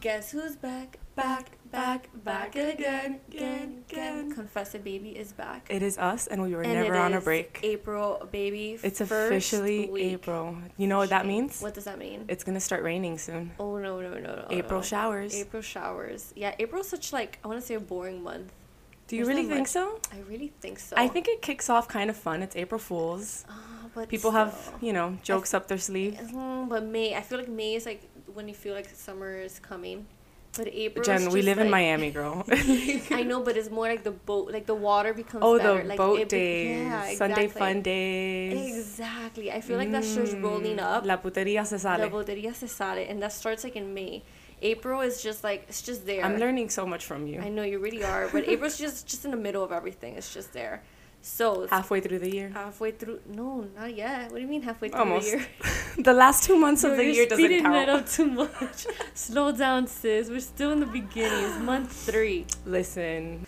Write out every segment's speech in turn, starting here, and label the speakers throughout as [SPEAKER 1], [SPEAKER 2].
[SPEAKER 1] Guess who's back? Back, back, back again, again, again. Confess a Baby is back.
[SPEAKER 2] It is us, and we were
[SPEAKER 1] And
[SPEAKER 2] never
[SPEAKER 1] it
[SPEAKER 2] on a
[SPEAKER 1] is
[SPEAKER 2] break.
[SPEAKER 1] April, baby.
[SPEAKER 2] it's
[SPEAKER 1] first
[SPEAKER 2] officially
[SPEAKER 1] week.
[SPEAKER 2] April. You know what that means?
[SPEAKER 1] What does that mean?
[SPEAKER 2] It's gonna start raining soon.
[SPEAKER 1] oh, no, no, no, no.
[SPEAKER 2] April
[SPEAKER 1] no.
[SPEAKER 2] showers.
[SPEAKER 1] April showers. Yeah, April's such, like, I want to say a boring month.
[SPEAKER 2] Do you
[SPEAKER 1] There's
[SPEAKER 2] really
[SPEAKER 1] not
[SPEAKER 2] think
[SPEAKER 1] much-
[SPEAKER 2] so?
[SPEAKER 1] I really think so.
[SPEAKER 2] I think it kicks off kind of fun. It's April Fools.
[SPEAKER 1] Ah, but
[SPEAKER 2] People have
[SPEAKER 1] still.
[SPEAKER 2] you know jokes up their sleeve.
[SPEAKER 1] Mhm, but May, I feel like May is like when you feel like summer is coming. But April.
[SPEAKER 2] Jen, we live in
[SPEAKER 1] Miami.
[SPEAKER 2] Miami, girl.
[SPEAKER 1] I know, but it's more like the boat, like the water becomes.
[SPEAKER 2] oh,
[SPEAKER 1] better.
[SPEAKER 2] the
[SPEAKER 1] like,
[SPEAKER 2] boat
[SPEAKER 1] it be-
[SPEAKER 2] days,
[SPEAKER 1] yeah,
[SPEAKER 2] Sunday
[SPEAKER 1] exactly.
[SPEAKER 2] fun days.
[SPEAKER 1] Exactly. I feel like that's just rolling
[SPEAKER 2] Mm,
[SPEAKER 1] up.
[SPEAKER 2] La putería se
[SPEAKER 1] La
[SPEAKER 2] sale.
[SPEAKER 1] boteria se sale, and that starts like in May. April is just like it's just there.
[SPEAKER 2] I'm learning so much from you.
[SPEAKER 1] I know you really are, but April's just just in the middle of everything. It's just there. So it's
[SPEAKER 2] Halfway through the year.
[SPEAKER 1] halfway through. No, not yet. What do you mean halfway through
[SPEAKER 2] Almost.
[SPEAKER 1] the year?
[SPEAKER 2] the last two months of
[SPEAKER 1] Yo,
[SPEAKER 2] the
[SPEAKER 1] you're
[SPEAKER 2] year doesn't
[SPEAKER 1] speeding that
[SPEAKER 2] count.
[SPEAKER 1] up too much. Slow down, sis. We're still in the beginning. It's month three.
[SPEAKER 2] Listen,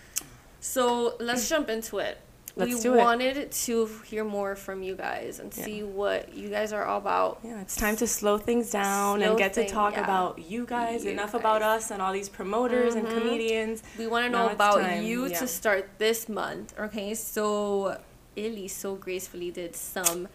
[SPEAKER 1] So let's jump into it.
[SPEAKER 2] Let's
[SPEAKER 1] we
[SPEAKER 2] do it.
[SPEAKER 1] wanted to hear more from you guys and
[SPEAKER 2] Yeah.
[SPEAKER 1] see what you guys are all about.
[SPEAKER 2] yeah, it's time to slow things down
[SPEAKER 1] Slow
[SPEAKER 2] and get
[SPEAKER 1] thing-
[SPEAKER 2] to talk
[SPEAKER 1] yeah.
[SPEAKER 2] about you guys.
[SPEAKER 1] You
[SPEAKER 2] enough about
[SPEAKER 1] guys.
[SPEAKER 2] us and all these promoters
[SPEAKER 1] Mhm.
[SPEAKER 2] and comedians.
[SPEAKER 1] We want to
[SPEAKER 2] Now
[SPEAKER 1] know
[SPEAKER 2] it's
[SPEAKER 1] about
[SPEAKER 2] time,
[SPEAKER 1] you
[SPEAKER 2] yeah.
[SPEAKER 1] to start this month. Okay, so Illy so gracefully did some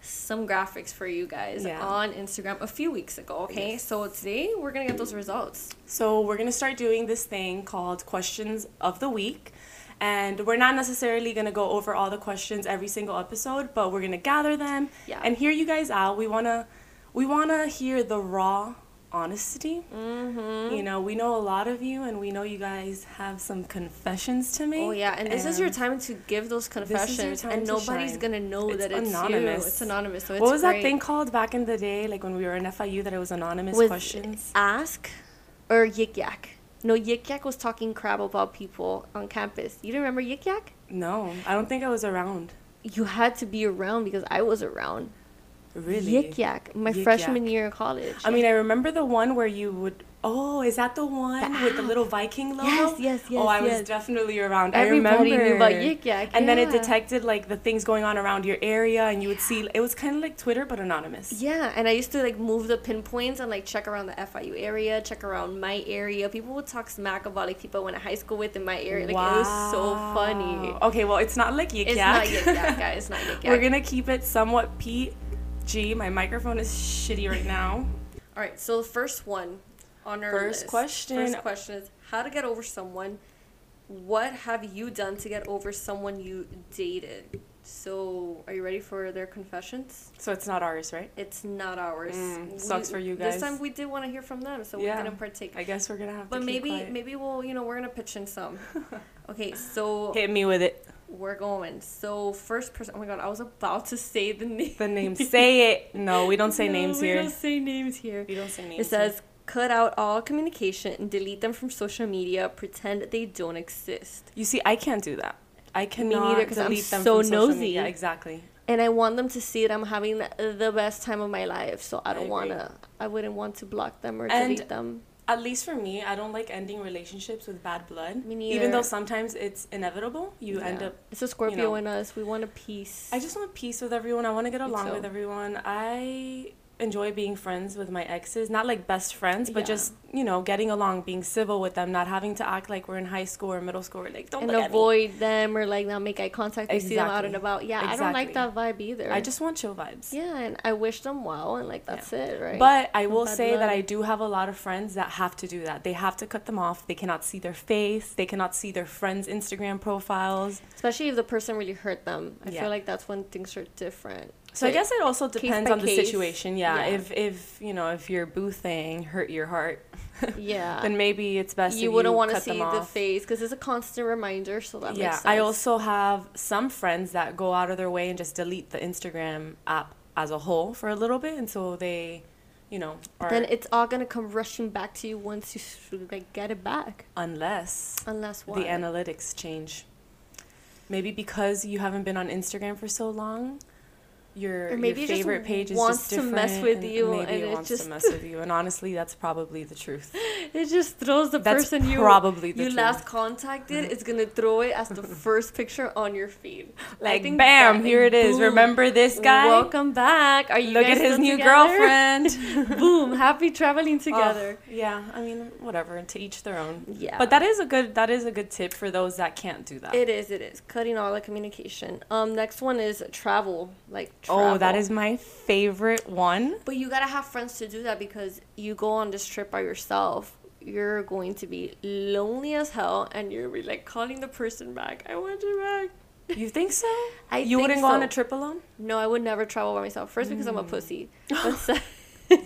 [SPEAKER 1] some graphics for you guys
[SPEAKER 2] Yeah.
[SPEAKER 1] on Instagram a few weeks ago. Okay, so today we're gonna get those results.
[SPEAKER 2] So we're gonna start doing this thing called questions of the week. And we're not necessarily gonna go over all the questions every single episode, but we're gonna gather them
[SPEAKER 1] Yeah.
[SPEAKER 2] and hear you guys out. We wanna we wanna hear the raw honesty.
[SPEAKER 1] Mm-hmm.
[SPEAKER 2] You know, we know a lot of you and we know you guys have some confessions to make.
[SPEAKER 1] Oh yeah, and this is your
[SPEAKER 2] And-
[SPEAKER 1] time to give those
[SPEAKER 2] your
[SPEAKER 1] confessions,
[SPEAKER 2] time
[SPEAKER 1] and
[SPEAKER 2] to
[SPEAKER 1] nobody's
[SPEAKER 2] shine.
[SPEAKER 1] gonna know
[SPEAKER 2] It's
[SPEAKER 1] that it's
[SPEAKER 2] anonymous.
[SPEAKER 1] you. It's anonymous. So it's
[SPEAKER 2] what was that
[SPEAKER 1] great.
[SPEAKER 2] thing called back in the day, like when we were in FIU, that it was anonymous
[SPEAKER 1] with
[SPEAKER 2] questions?
[SPEAKER 1] Ask or Yik Yak. No, Yik Yak was talking crap about people on campus. You don't remember Yik Yak?
[SPEAKER 2] No, I don't think I was around.
[SPEAKER 1] You had to be around because I was around.
[SPEAKER 2] Really?
[SPEAKER 1] Yik Yak, my
[SPEAKER 2] Yik
[SPEAKER 1] freshman
[SPEAKER 2] Yak.
[SPEAKER 1] year of college.
[SPEAKER 2] I mean, I remember the one where you would. Oh, is that the one
[SPEAKER 1] The
[SPEAKER 2] with the
[SPEAKER 1] app.
[SPEAKER 2] little Viking logo?
[SPEAKER 1] Yes, yes, yes,
[SPEAKER 2] Oh, I
[SPEAKER 1] yes.
[SPEAKER 2] was definitely around.
[SPEAKER 1] Everybody
[SPEAKER 2] I
[SPEAKER 1] knew
[SPEAKER 2] remember.
[SPEAKER 1] about Yik Yak,
[SPEAKER 2] And then it
[SPEAKER 1] yeah.
[SPEAKER 2] detected like the things going on around your area, and you would see. It was kind of like Twitter, but anonymous.
[SPEAKER 1] yeah, and I used to like move the pinpoints and like check around the FIU area, check around my area. People would talk smack about like people I went to high school with in my area. Like it was so funny.
[SPEAKER 2] Wow. Okay, well, it's not like Yik
[SPEAKER 1] It's
[SPEAKER 2] Yak.
[SPEAKER 1] not Yik Yak, guys. It's not Yik Yak.
[SPEAKER 2] We're gonna keep it somewhat PG. My microphone is shitty right now.
[SPEAKER 1] All right, so the first one on our
[SPEAKER 2] First
[SPEAKER 1] list-
[SPEAKER 2] question.
[SPEAKER 1] First question is how to get over someone. What have you done to get over someone you dated? So, are you ready for their confessions?
[SPEAKER 2] So it's not ours, right?
[SPEAKER 1] It's not ours.
[SPEAKER 2] Mm, sucks for you
[SPEAKER 1] This
[SPEAKER 2] guys.
[SPEAKER 1] time we did want to hear from them, so
[SPEAKER 2] Yeah.
[SPEAKER 1] we're gonna partake.
[SPEAKER 2] I guess we're gonna have
[SPEAKER 1] but
[SPEAKER 2] to. keep
[SPEAKER 1] maybe,
[SPEAKER 2] quiet.
[SPEAKER 1] maybe we'll, you know, we're gonna pitch in some. okay, so
[SPEAKER 2] hit me with it.
[SPEAKER 1] we're going. So first person. Oh my god, I was about to say the name.
[SPEAKER 2] The name. Say it. No, we don't say
[SPEAKER 1] No,
[SPEAKER 2] names
[SPEAKER 1] we
[SPEAKER 2] here.
[SPEAKER 1] don't say names here.
[SPEAKER 2] We don't say names.
[SPEAKER 1] It says cut out all communication and delete them from social media. Pretend they don't exist.
[SPEAKER 2] You see, I can't do that. I cannot
[SPEAKER 1] neither, 'cause I'm
[SPEAKER 2] delete them
[SPEAKER 1] so
[SPEAKER 2] from social
[SPEAKER 1] nosy.
[SPEAKER 2] media. Exactly.
[SPEAKER 1] And I want them to see that I'm having the best time of my life. So I
[SPEAKER 2] I
[SPEAKER 1] don't
[SPEAKER 2] agree.
[SPEAKER 1] wanna. I wouldn't want to block them or
[SPEAKER 2] And-
[SPEAKER 1] delete them.
[SPEAKER 2] At least for me, I don't like ending relationships with bad blood.
[SPEAKER 1] Me
[SPEAKER 2] Even
[SPEAKER 1] neither.
[SPEAKER 2] though sometimes it's inevitable, you end
[SPEAKER 1] Yeah.
[SPEAKER 2] up.
[SPEAKER 1] It's a Scorpio
[SPEAKER 2] know.
[SPEAKER 1] in us. We want a peace.
[SPEAKER 2] I just want peace with everyone. I want to get along
[SPEAKER 1] so.
[SPEAKER 2] with everyone. I enjoy being friends with my exes, not like best friends, but
[SPEAKER 1] Yeah.
[SPEAKER 2] just you know getting along, being civil with them, not having to act like we're in high school or middle school. Or like don't
[SPEAKER 1] and
[SPEAKER 2] look at me.
[SPEAKER 1] avoid them or like not make eye contact. We see them out
[SPEAKER 2] Exactly.
[SPEAKER 1] and about. Yeah, I don't like that
[SPEAKER 2] Exactly.
[SPEAKER 1] vibe either.
[SPEAKER 2] I just want chill vibes.
[SPEAKER 1] yeah, and I wish them well, and like that's it, right?
[SPEAKER 2] But I will
[SPEAKER 1] Bad
[SPEAKER 2] say that
[SPEAKER 1] blood.
[SPEAKER 2] I do have a lot of friends that have to do that. They have to cut them off. They cannot see their face. They cannot see their friends' Instagram profiles.
[SPEAKER 1] especially if the person really hurt them, I
[SPEAKER 2] Yeah.
[SPEAKER 1] feel like that's when things are different.
[SPEAKER 2] So I
[SPEAKER 1] Like,
[SPEAKER 2] guess it also
[SPEAKER 1] case
[SPEAKER 2] depends
[SPEAKER 1] by
[SPEAKER 2] on the
[SPEAKER 1] case.
[SPEAKER 2] situation. Yeah,
[SPEAKER 1] Yeah.
[SPEAKER 2] If if you know if your boo thing hurt your heart,
[SPEAKER 1] yeah.
[SPEAKER 2] then maybe it's best
[SPEAKER 1] Uh, you
[SPEAKER 2] if
[SPEAKER 1] wouldn't
[SPEAKER 2] you
[SPEAKER 1] want to
[SPEAKER 2] cut them
[SPEAKER 1] see the
[SPEAKER 2] off.
[SPEAKER 1] face because it's a constant reminder. So that
[SPEAKER 2] yeah,
[SPEAKER 1] makes sense.
[SPEAKER 2] I also have some friends that go out of their way and just delete the Instagram app as a whole for a little bit, and so they, you know, are
[SPEAKER 1] then it's all gonna come rushing back to you once you s- like get it back,
[SPEAKER 2] unless
[SPEAKER 1] unless what?
[SPEAKER 2] the analytics change. Maybe because you haven't been on Instagram for so long, your,
[SPEAKER 1] Or maybe
[SPEAKER 2] your
[SPEAKER 1] it just
[SPEAKER 2] favorite page is
[SPEAKER 1] wants
[SPEAKER 2] just
[SPEAKER 1] to
[SPEAKER 2] different
[SPEAKER 1] mess with
[SPEAKER 2] and
[SPEAKER 1] you
[SPEAKER 2] maybe
[SPEAKER 1] and
[SPEAKER 2] it
[SPEAKER 1] it
[SPEAKER 2] wants
[SPEAKER 1] just-
[SPEAKER 2] to mess with you and honestly that's probably the truth
[SPEAKER 1] It just throws the
[SPEAKER 2] that's
[SPEAKER 1] person you
[SPEAKER 2] probably the
[SPEAKER 1] you
[SPEAKER 2] truth Mm-hmm.
[SPEAKER 1] last contacted. It's gonna throw it as the first picture on your feed. I
[SPEAKER 2] like
[SPEAKER 1] think
[SPEAKER 2] bam
[SPEAKER 1] that-
[SPEAKER 2] here it is
[SPEAKER 1] boom.
[SPEAKER 2] remember this guy
[SPEAKER 1] Welcome back. Are you
[SPEAKER 2] look
[SPEAKER 1] guys
[SPEAKER 2] at his
[SPEAKER 1] still
[SPEAKER 2] new
[SPEAKER 1] together?
[SPEAKER 2] girlfriend
[SPEAKER 1] Boom. Happy traveling
[SPEAKER 2] Oh,
[SPEAKER 1] together.
[SPEAKER 2] yeah i mean whatever to each their own
[SPEAKER 1] Yeah.
[SPEAKER 2] but that is a good that is a good tip for those that can't do that
[SPEAKER 1] It is. It is cutting all the communication. Um, next one is travel. Like travel.
[SPEAKER 2] oh that is my favorite one
[SPEAKER 1] But you gotta have friends to do that because you go on this trip by yourself. You're going to be lonely as hell, and you're gonna be like calling the person back. I want you back.
[SPEAKER 2] you think so
[SPEAKER 1] I
[SPEAKER 2] you
[SPEAKER 1] think
[SPEAKER 2] wouldn't go on
[SPEAKER 1] so.
[SPEAKER 2] a trip alone
[SPEAKER 1] No, I would never travel by myself. First, because I'm a pussy.
[SPEAKER 2] Mm.
[SPEAKER 1] But se-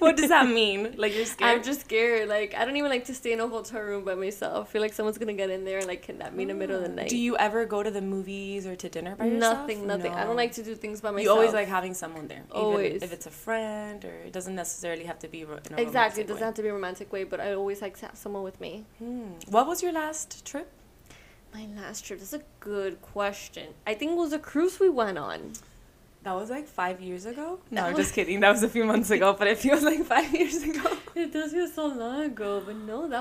[SPEAKER 2] what does that mean like you're scared
[SPEAKER 1] I'm just scared. Like I don't even like to stay in a hotel room by myself. I feel like someone's gonna get in there and like kidnap me in the middle of the night.
[SPEAKER 2] Mm. Do you ever go to the movies or to dinner by yourself?
[SPEAKER 1] nothing, nothing. I
[SPEAKER 2] No.
[SPEAKER 1] don't like to do things by myself.
[SPEAKER 2] You always like having someone there, even
[SPEAKER 1] Always.
[SPEAKER 2] if it's a friend or it doesn't necessarily have to be. ro- In a
[SPEAKER 1] exactly.
[SPEAKER 2] romantic
[SPEAKER 1] It doesn't
[SPEAKER 2] way.
[SPEAKER 1] have to be a romantic way, but I always like to have someone with me.
[SPEAKER 2] Hmm. What was your last trip?
[SPEAKER 1] My last trip. That's a good question. I think it was a cruise we went on.
[SPEAKER 2] That was like five years ago.
[SPEAKER 1] That
[SPEAKER 2] No, I'm
[SPEAKER 1] was-
[SPEAKER 2] just kidding. That was a few months ago, but it feels like five years ago.
[SPEAKER 1] It does feel so long ago, but no, that was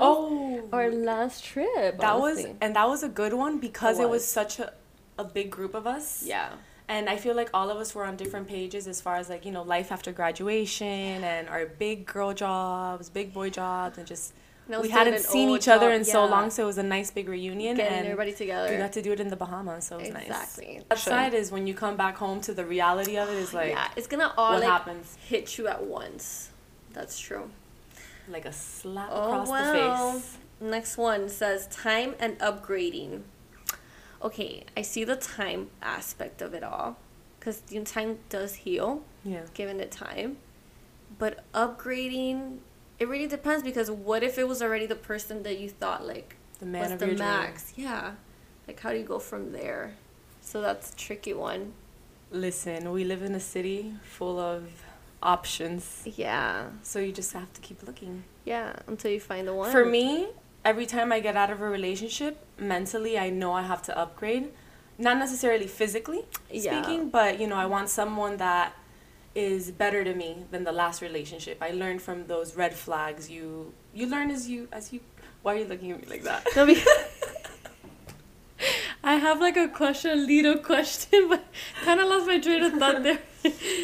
[SPEAKER 2] oh,
[SPEAKER 1] our last trip.
[SPEAKER 2] that was
[SPEAKER 1] honestly.
[SPEAKER 2] and that was a good one because
[SPEAKER 1] It
[SPEAKER 2] it was
[SPEAKER 1] was.
[SPEAKER 2] such a a big group of us.
[SPEAKER 1] yeah.
[SPEAKER 2] And I feel like all of us were on different pages as far as like, you know, life after graduation and our big girl jobs, big boy jobs, and just
[SPEAKER 1] And I was
[SPEAKER 2] we
[SPEAKER 1] doing an
[SPEAKER 2] hadn't seen
[SPEAKER 1] old
[SPEAKER 2] each other
[SPEAKER 1] job,
[SPEAKER 2] in so
[SPEAKER 1] yeah.
[SPEAKER 2] long, so it was a nice big reunion.
[SPEAKER 1] Getting
[SPEAKER 2] and
[SPEAKER 1] everybody together.
[SPEAKER 2] we got to do it in the Bahamas, so it was nice.
[SPEAKER 1] exactly.
[SPEAKER 2] That side is when you come back home to the reality of it is like
[SPEAKER 1] yeah, it's gonna all
[SPEAKER 2] what
[SPEAKER 1] like
[SPEAKER 2] happens,
[SPEAKER 1] hit you at once. That's true.
[SPEAKER 2] like a slap
[SPEAKER 1] Oh,
[SPEAKER 2] across
[SPEAKER 1] wow.
[SPEAKER 2] the face.
[SPEAKER 1] Next one says time and upgrading. Okay, I see the time aspect of it all, because you know, time does heal,
[SPEAKER 2] Yeah.
[SPEAKER 1] given the time. But upgrading, it really depends because what if it was already the person that you thought like
[SPEAKER 2] The man
[SPEAKER 1] was
[SPEAKER 2] of
[SPEAKER 1] the
[SPEAKER 2] your
[SPEAKER 1] max? Yeah, like how do you go from there? So that's a tricky one.
[SPEAKER 2] dream. Listen, we live in a city full of options.
[SPEAKER 1] Yeah,
[SPEAKER 2] So you just have to keep looking.
[SPEAKER 1] yeah, until you find the one.
[SPEAKER 2] For me, every time I get out of a relationship, mentally I know I have to upgrade. Not necessarily physically
[SPEAKER 1] Yeah.
[SPEAKER 2] speaking, but you know, I want someone that is better to me than the last relationship. I learned from those red flags. You you learn as you as you why are you looking at me like that?
[SPEAKER 1] No, because I have like a question, little question, but kind of lost my train of thought there.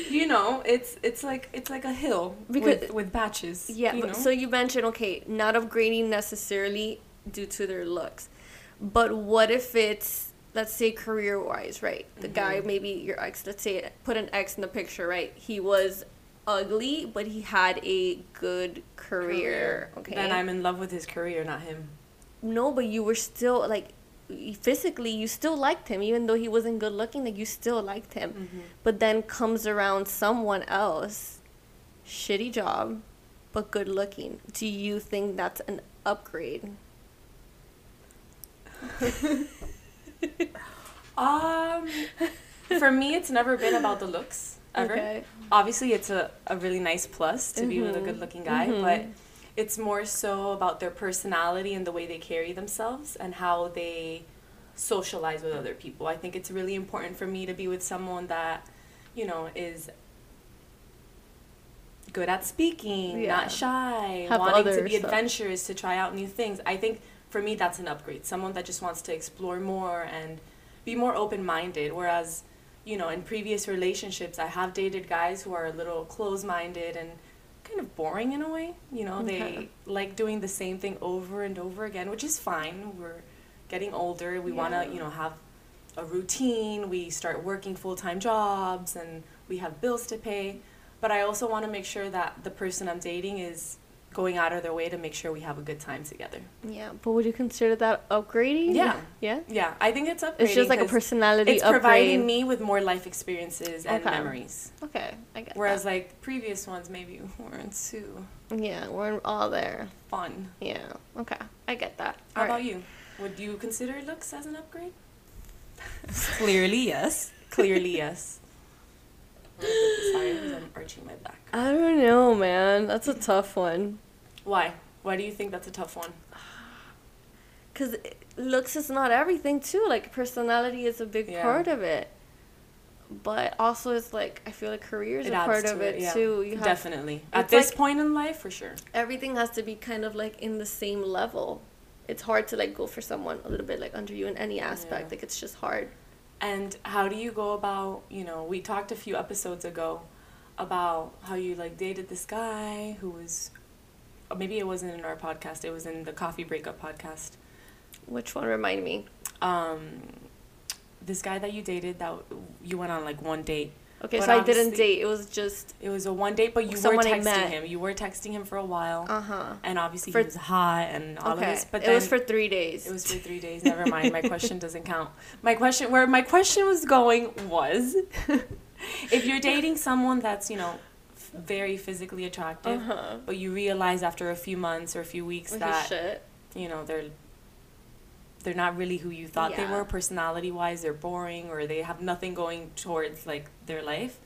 [SPEAKER 2] You know, it's it's like it's like a hill
[SPEAKER 1] Because-
[SPEAKER 2] with, with patches.
[SPEAKER 1] yeah,
[SPEAKER 2] you
[SPEAKER 1] but
[SPEAKER 2] know?
[SPEAKER 1] so you mentioned okay, not upgrading necessarily due to their looks, but what if it's let's say career wise, right? The
[SPEAKER 2] Mm-hmm.
[SPEAKER 1] guy maybe your ex, let's say put an ex in the picture, right? He was ugly, but he had a good career. Okay,
[SPEAKER 2] Then I'm in love with his career, not him.
[SPEAKER 1] no, but you were still like y- physically you still liked him even though he wasn't good looking like you still liked him but then comes around someone else shitty job but good looking do you think that's an upgrade
[SPEAKER 2] Um, for me, it's never been about the looks ever.
[SPEAKER 1] Okay. Mm-hmm.
[SPEAKER 2] Obviously, it's a, a really nice plus to be with a good looking guy, but it's more so about their personality and the way they carry themselves and how they socialize with other people. I think it's really important for me to be with someone that, you know, is good at speaking,
[SPEAKER 1] Yeah.
[SPEAKER 2] not shy,
[SPEAKER 1] Have uh,
[SPEAKER 2] wanting
[SPEAKER 1] other
[SPEAKER 2] to be
[SPEAKER 1] stuff.
[SPEAKER 2] adventurous, to try out new things. I think for me, that's an upgrade. Someone that just wants to explore more and be more open minded. Whereas, you know, in previous relationships, I have dated guys who are a little close minded and kind of boring in a way. You know,
[SPEAKER 1] Okay.
[SPEAKER 2] they like doing the same thing over and over again, which is fine. We're getting older. We want
[SPEAKER 1] Yeah.
[SPEAKER 2] to, you know, have a routine. We start working full time jobs and we have bills to pay. But I also want to make sure that the person I'm dating is going out of their way to make sure we have a good time together.
[SPEAKER 1] Mm-hmm. yeah but would you consider that upgrading
[SPEAKER 2] Yeah.
[SPEAKER 1] yeah
[SPEAKER 2] Yeah, I think it's upgrading.
[SPEAKER 1] it's just like a
[SPEAKER 2] 'cause
[SPEAKER 1] personality
[SPEAKER 2] It's
[SPEAKER 1] upgrade
[SPEAKER 2] providing me with more life experiences and
[SPEAKER 1] Okay.
[SPEAKER 2] memories.
[SPEAKER 1] okay i get
[SPEAKER 2] Whereas like previous ones maybe weren't too
[SPEAKER 1] that. yeah we're all there
[SPEAKER 2] fun.
[SPEAKER 1] yeah okay i get that
[SPEAKER 2] How
[SPEAKER 1] All
[SPEAKER 2] about
[SPEAKER 1] right.
[SPEAKER 2] you? Would you consider looks as an upgrade? Clearly yes. Clearly yes. I'm gonna put this higher 'cause I'm arching my back.
[SPEAKER 1] i don't know man that's a tough one
[SPEAKER 2] Why? Why do you think that's a tough one?
[SPEAKER 1] because looks is not everything too like personality is a big
[SPEAKER 2] Yeah.
[SPEAKER 1] part of it But also, it's like I feel like career is
[SPEAKER 2] It
[SPEAKER 1] a
[SPEAKER 2] adds
[SPEAKER 1] part
[SPEAKER 2] to
[SPEAKER 1] of
[SPEAKER 2] it,
[SPEAKER 1] it,
[SPEAKER 2] yeah.
[SPEAKER 1] too. You have
[SPEAKER 2] Definitely. At
[SPEAKER 1] it's
[SPEAKER 2] this
[SPEAKER 1] like-
[SPEAKER 2] point in life, for sure.
[SPEAKER 1] everything has to be kind of like in the same level. It's hard to like go for someone a little bit like under you in any aspect.
[SPEAKER 2] Yeah.
[SPEAKER 1] Like it's just hard.
[SPEAKER 2] And how do you go about, you know, we talked a few episodes ago about how you like dated this guy who was or maybe it wasn't in our podcast, it was in the coffee breakup podcast.
[SPEAKER 1] Which one remind me?
[SPEAKER 2] Um this guy that you dated that you went on like one date.
[SPEAKER 1] Okay,
[SPEAKER 2] But
[SPEAKER 1] so I didn't
[SPEAKER 2] obviously-
[SPEAKER 1] date. It was just
[SPEAKER 2] It was a one date, but you
[SPEAKER 1] Someone
[SPEAKER 2] were
[SPEAKER 1] I
[SPEAKER 2] texting
[SPEAKER 1] met.
[SPEAKER 2] him. You were texting him for a while,
[SPEAKER 1] uh huh.
[SPEAKER 2] and obviously
[SPEAKER 1] For-
[SPEAKER 2] he was hot and all of
[SPEAKER 1] Okay,
[SPEAKER 2] this. But
[SPEAKER 1] it
[SPEAKER 2] then
[SPEAKER 1] was for three days.
[SPEAKER 2] It was for three days. Never mind. My question doesn't count. My question, where my question was going was, if you're dating someone that's you know f- very physically
[SPEAKER 1] uh
[SPEAKER 2] attractive,
[SPEAKER 1] huh.
[SPEAKER 2] but you realize after a few months or a few weeks that
[SPEAKER 1] shit.
[SPEAKER 2] you know they're they're not really who you thought they
[SPEAKER 1] Yeah.
[SPEAKER 2] were personality wise. They're boring or they have nothing going towards like their life.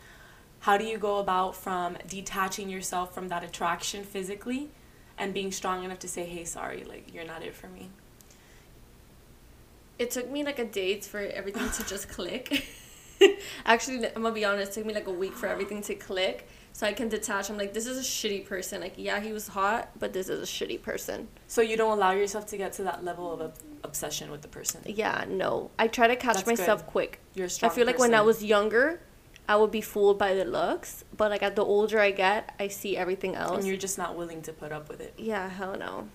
[SPEAKER 2] How do you go about from detaching yourself from that attraction physically? And being strong enough to say, "Hey, sorry, like you're not it for me."
[SPEAKER 1] It took me like a day for everything to just click. Actually, I'm gonna be honest. It took me like a week for everything to click, so I can detach. I'm like, this is a shitty person. Like, yeah, he was hot, but this is a shitty person.
[SPEAKER 2] So you don't allow yourself to get to that level of ob- obsession with the person.
[SPEAKER 1] Yeah, no. I try to catch
[SPEAKER 2] That's good.
[SPEAKER 1] myself quick.
[SPEAKER 2] You're a strong.
[SPEAKER 1] I feel like when I
[SPEAKER 2] person.
[SPEAKER 1] was younger, I would be fooled by the looks, but like at the older I get, I see everything else.
[SPEAKER 2] and you're just not willing to put up with it.
[SPEAKER 1] yeah, hell no.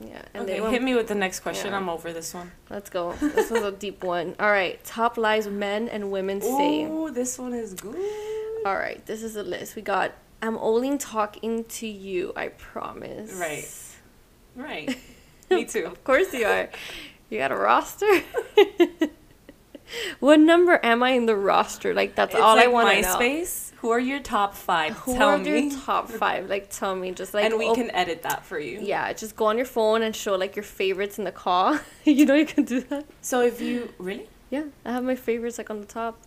[SPEAKER 1] Yeah, and
[SPEAKER 2] okay,
[SPEAKER 1] they went
[SPEAKER 2] hit me with the next question.
[SPEAKER 1] Yeah.
[SPEAKER 2] I'm over this one.
[SPEAKER 1] Let's go. This was a deep one. All right. Top lies men and women say.
[SPEAKER 2] Ooh, this one is good.
[SPEAKER 1] All right. This is a list. We got I'm only talking to you, I promise.
[SPEAKER 2] Right. Right. me too.
[SPEAKER 1] Of course you are. You got a roster? what number am I in the roster? Like that's all I want to know.
[SPEAKER 2] MySpace. Who are your top five?
[SPEAKER 1] Who
[SPEAKER 2] Tell
[SPEAKER 1] are
[SPEAKER 2] me.
[SPEAKER 1] your top 5? Like tell me just like
[SPEAKER 2] and we
[SPEAKER 1] op-
[SPEAKER 2] can edit that for you.
[SPEAKER 1] Yeah, just go on your phone and show like your favorites in the call. you know you can do that.
[SPEAKER 2] So if you really
[SPEAKER 1] Yeah, I have my favorites like on the top.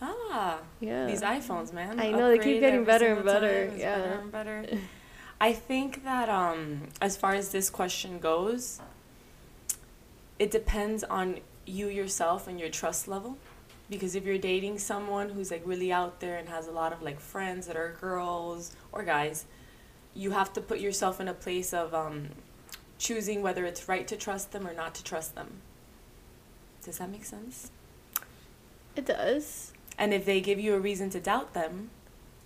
[SPEAKER 2] ah
[SPEAKER 1] Yeah.
[SPEAKER 2] these iPhones, man.
[SPEAKER 1] I know, they keep
[SPEAKER 2] Upgrade
[SPEAKER 1] getting
[SPEAKER 2] every
[SPEAKER 1] better and
[SPEAKER 2] single
[SPEAKER 1] better,
[SPEAKER 2] time. It's
[SPEAKER 1] yeah.
[SPEAKER 2] better and better. I think that um, as far as this question goes, it depends on you yourself and your trust level. Because if you're dating someone who's like really out there and has a lot of like friends that are girls or guys, you have to put yourself in a place of um, choosing whether it's right to trust them or not to trust them. Does that make sense?
[SPEAKER 1] It does.
[SPEAKER 2] And if they give you a reason to doubt them,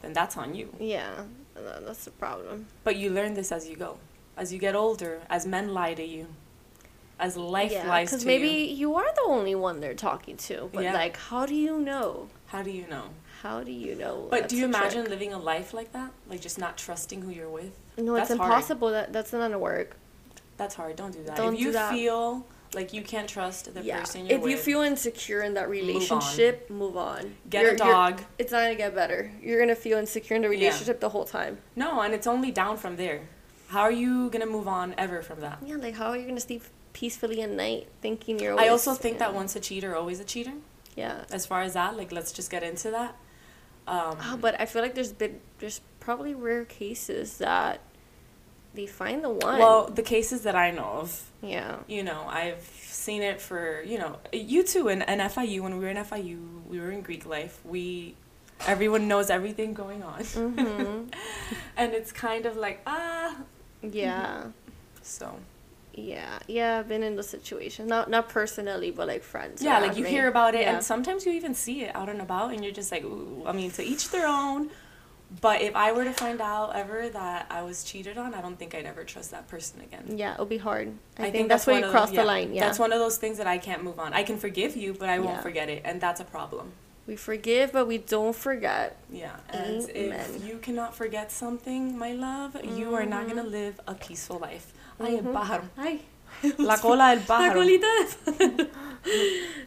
[SPEAKER 2] then that's on you.
[SPEAKER 1] Yeah, tha- that's the problem.
[SPEAKER 2] But you learn this as you go. As you get older, as men lie to you, as life
[SPEAKER 1] yeah,
[SPEAKER 2] lies to
[SPEAKER 1] maybe
[SPEAKER 2] you.
[SPEAKER 1] you are the only one they're talking to, but
[SPEAKER 2] Yeah.
[SPEAKER 1] like, how do you know?
[SPEAKER 2] How do you know?
[SPEAKER 1] How do you know?
[SPEAKER 2] but
[SPEAKER 1] That's
[SPEAKER 2] do you
[SPEAKER 1] the trick.
[SPEAKER 2] imagine living a life like that? Like just not trusting who you're with?
[SPEAKER 1] No, it's
[SPEAKER 2] that's hard.
[SPEAKER 1] impossible. That that's not gonna work.
[SPEAKER 2] That's hard. Don't do that.
[SPEAKER 1] Don't
[SPEAKER 2] if you
[SPEAKER 1] do that.
[SPEAKER 2] feel like you can't trust the
[SPEAKER 1] yeah.
[SPEAKER 2] person you're
[SPEAKER 1] If
[SPEAKER 2] with,
[SPEAKER 1] you feel insecure in that relationship, move on.
[SPEAKER 2] get
[SPEAKER 1] You're-
[SPEAKER 2] a
[SPEAKER 1] you're-
[SPEAKER 2] dog.
[SPEAKER 1] it's not gonna get better. You're gonna feel insecure in the
[SPEAKER 2] Yeah.
[SPEAKER 1] relationship the whole time.
[SPEAKER 2] No, and it's only down from there. How are you going to move on ever from that?
[SPEAKER 1] Yeah, like how are you gonna sleep peacefully at night thinking you're?
[SPEAKER 2] I
[SPEAKER 1] Always,
[SPEAKER 2] also think
[SPEAKER 1] yeah.
[SPEAKER 2] that once a cheater, always a cheater.
[SPEAKER 1] Yeah.
[SPEAKER 2] As far as that, like let's just get into that. Um,
[SPEAKER 1] Oh, but I feel like there's been there's probably rare cases that they find the one.
[SPEAKER 2] well, the cases that I know of,
[SPEAKER 1] yeah.
[SPEAKER 2] you know, I've seen it for, you know, you too in, in FIU, when we were in FIU, we were in Greek life, we, everyone knows everything going on.
[SPEAKER 1] hmm
[SPEAKER 2] And it's kind of like, ah,
[SPEAKER 1] yeah.
[SPEAKER 2] so.
[SPEAKER 1] Yeah. Yeah. I've been in those situations. Not not personally, but like friends.
[SPEAKER 2] yeah, like
[SPEAKER 1] around
[SPEAKER 2] you
[SPEAKER 1] me.
[SPEAKER 2] hear about it,
[SPEAKER 1] Yeah.
[SPEAKER 2] and sometimes you even see it out and about, and you're just like, ooh, I mean, to each their own. But if I were to find out ever that I was cheated on, I don't think I'd ever trust that person again.
[SPEAKER 1] yeah, it'll be hard. I, think, that's, where
[SPEAKER 2] one
[SPEAKER 1] you
[SPEAKER 2] of
[SPEAKER 1] cross the
[SPEAKER 2] yeah,
[SPEAKER 1] line. Yeah.
[SPEAKER 2] That's one of those things that I can't move on. I can forgive you, but I won't
[SPEAKER 1] Yeah.
[SPEAKER 2] forget it, and that's a problem.
[SPEAKER 1] we forgive, but we don't forget.
[SPEAKER 2] Yeah, and
[SPEAKER 1] Amen.
[SPEAKER 2] if you cannot forget something, my love, you are not
[SPEAKER 1] Mm-hmm.
[SPEAKER 2] gonna live a peaceful life. Ay, el pájaro.
[SPEAKER 1] Hi.
[SPEAKER 2] La cola del
[SPEAKER 1] Mm-hmm. La
[SPEAKER 2] pájaro.
[SPEAKER 1] colita.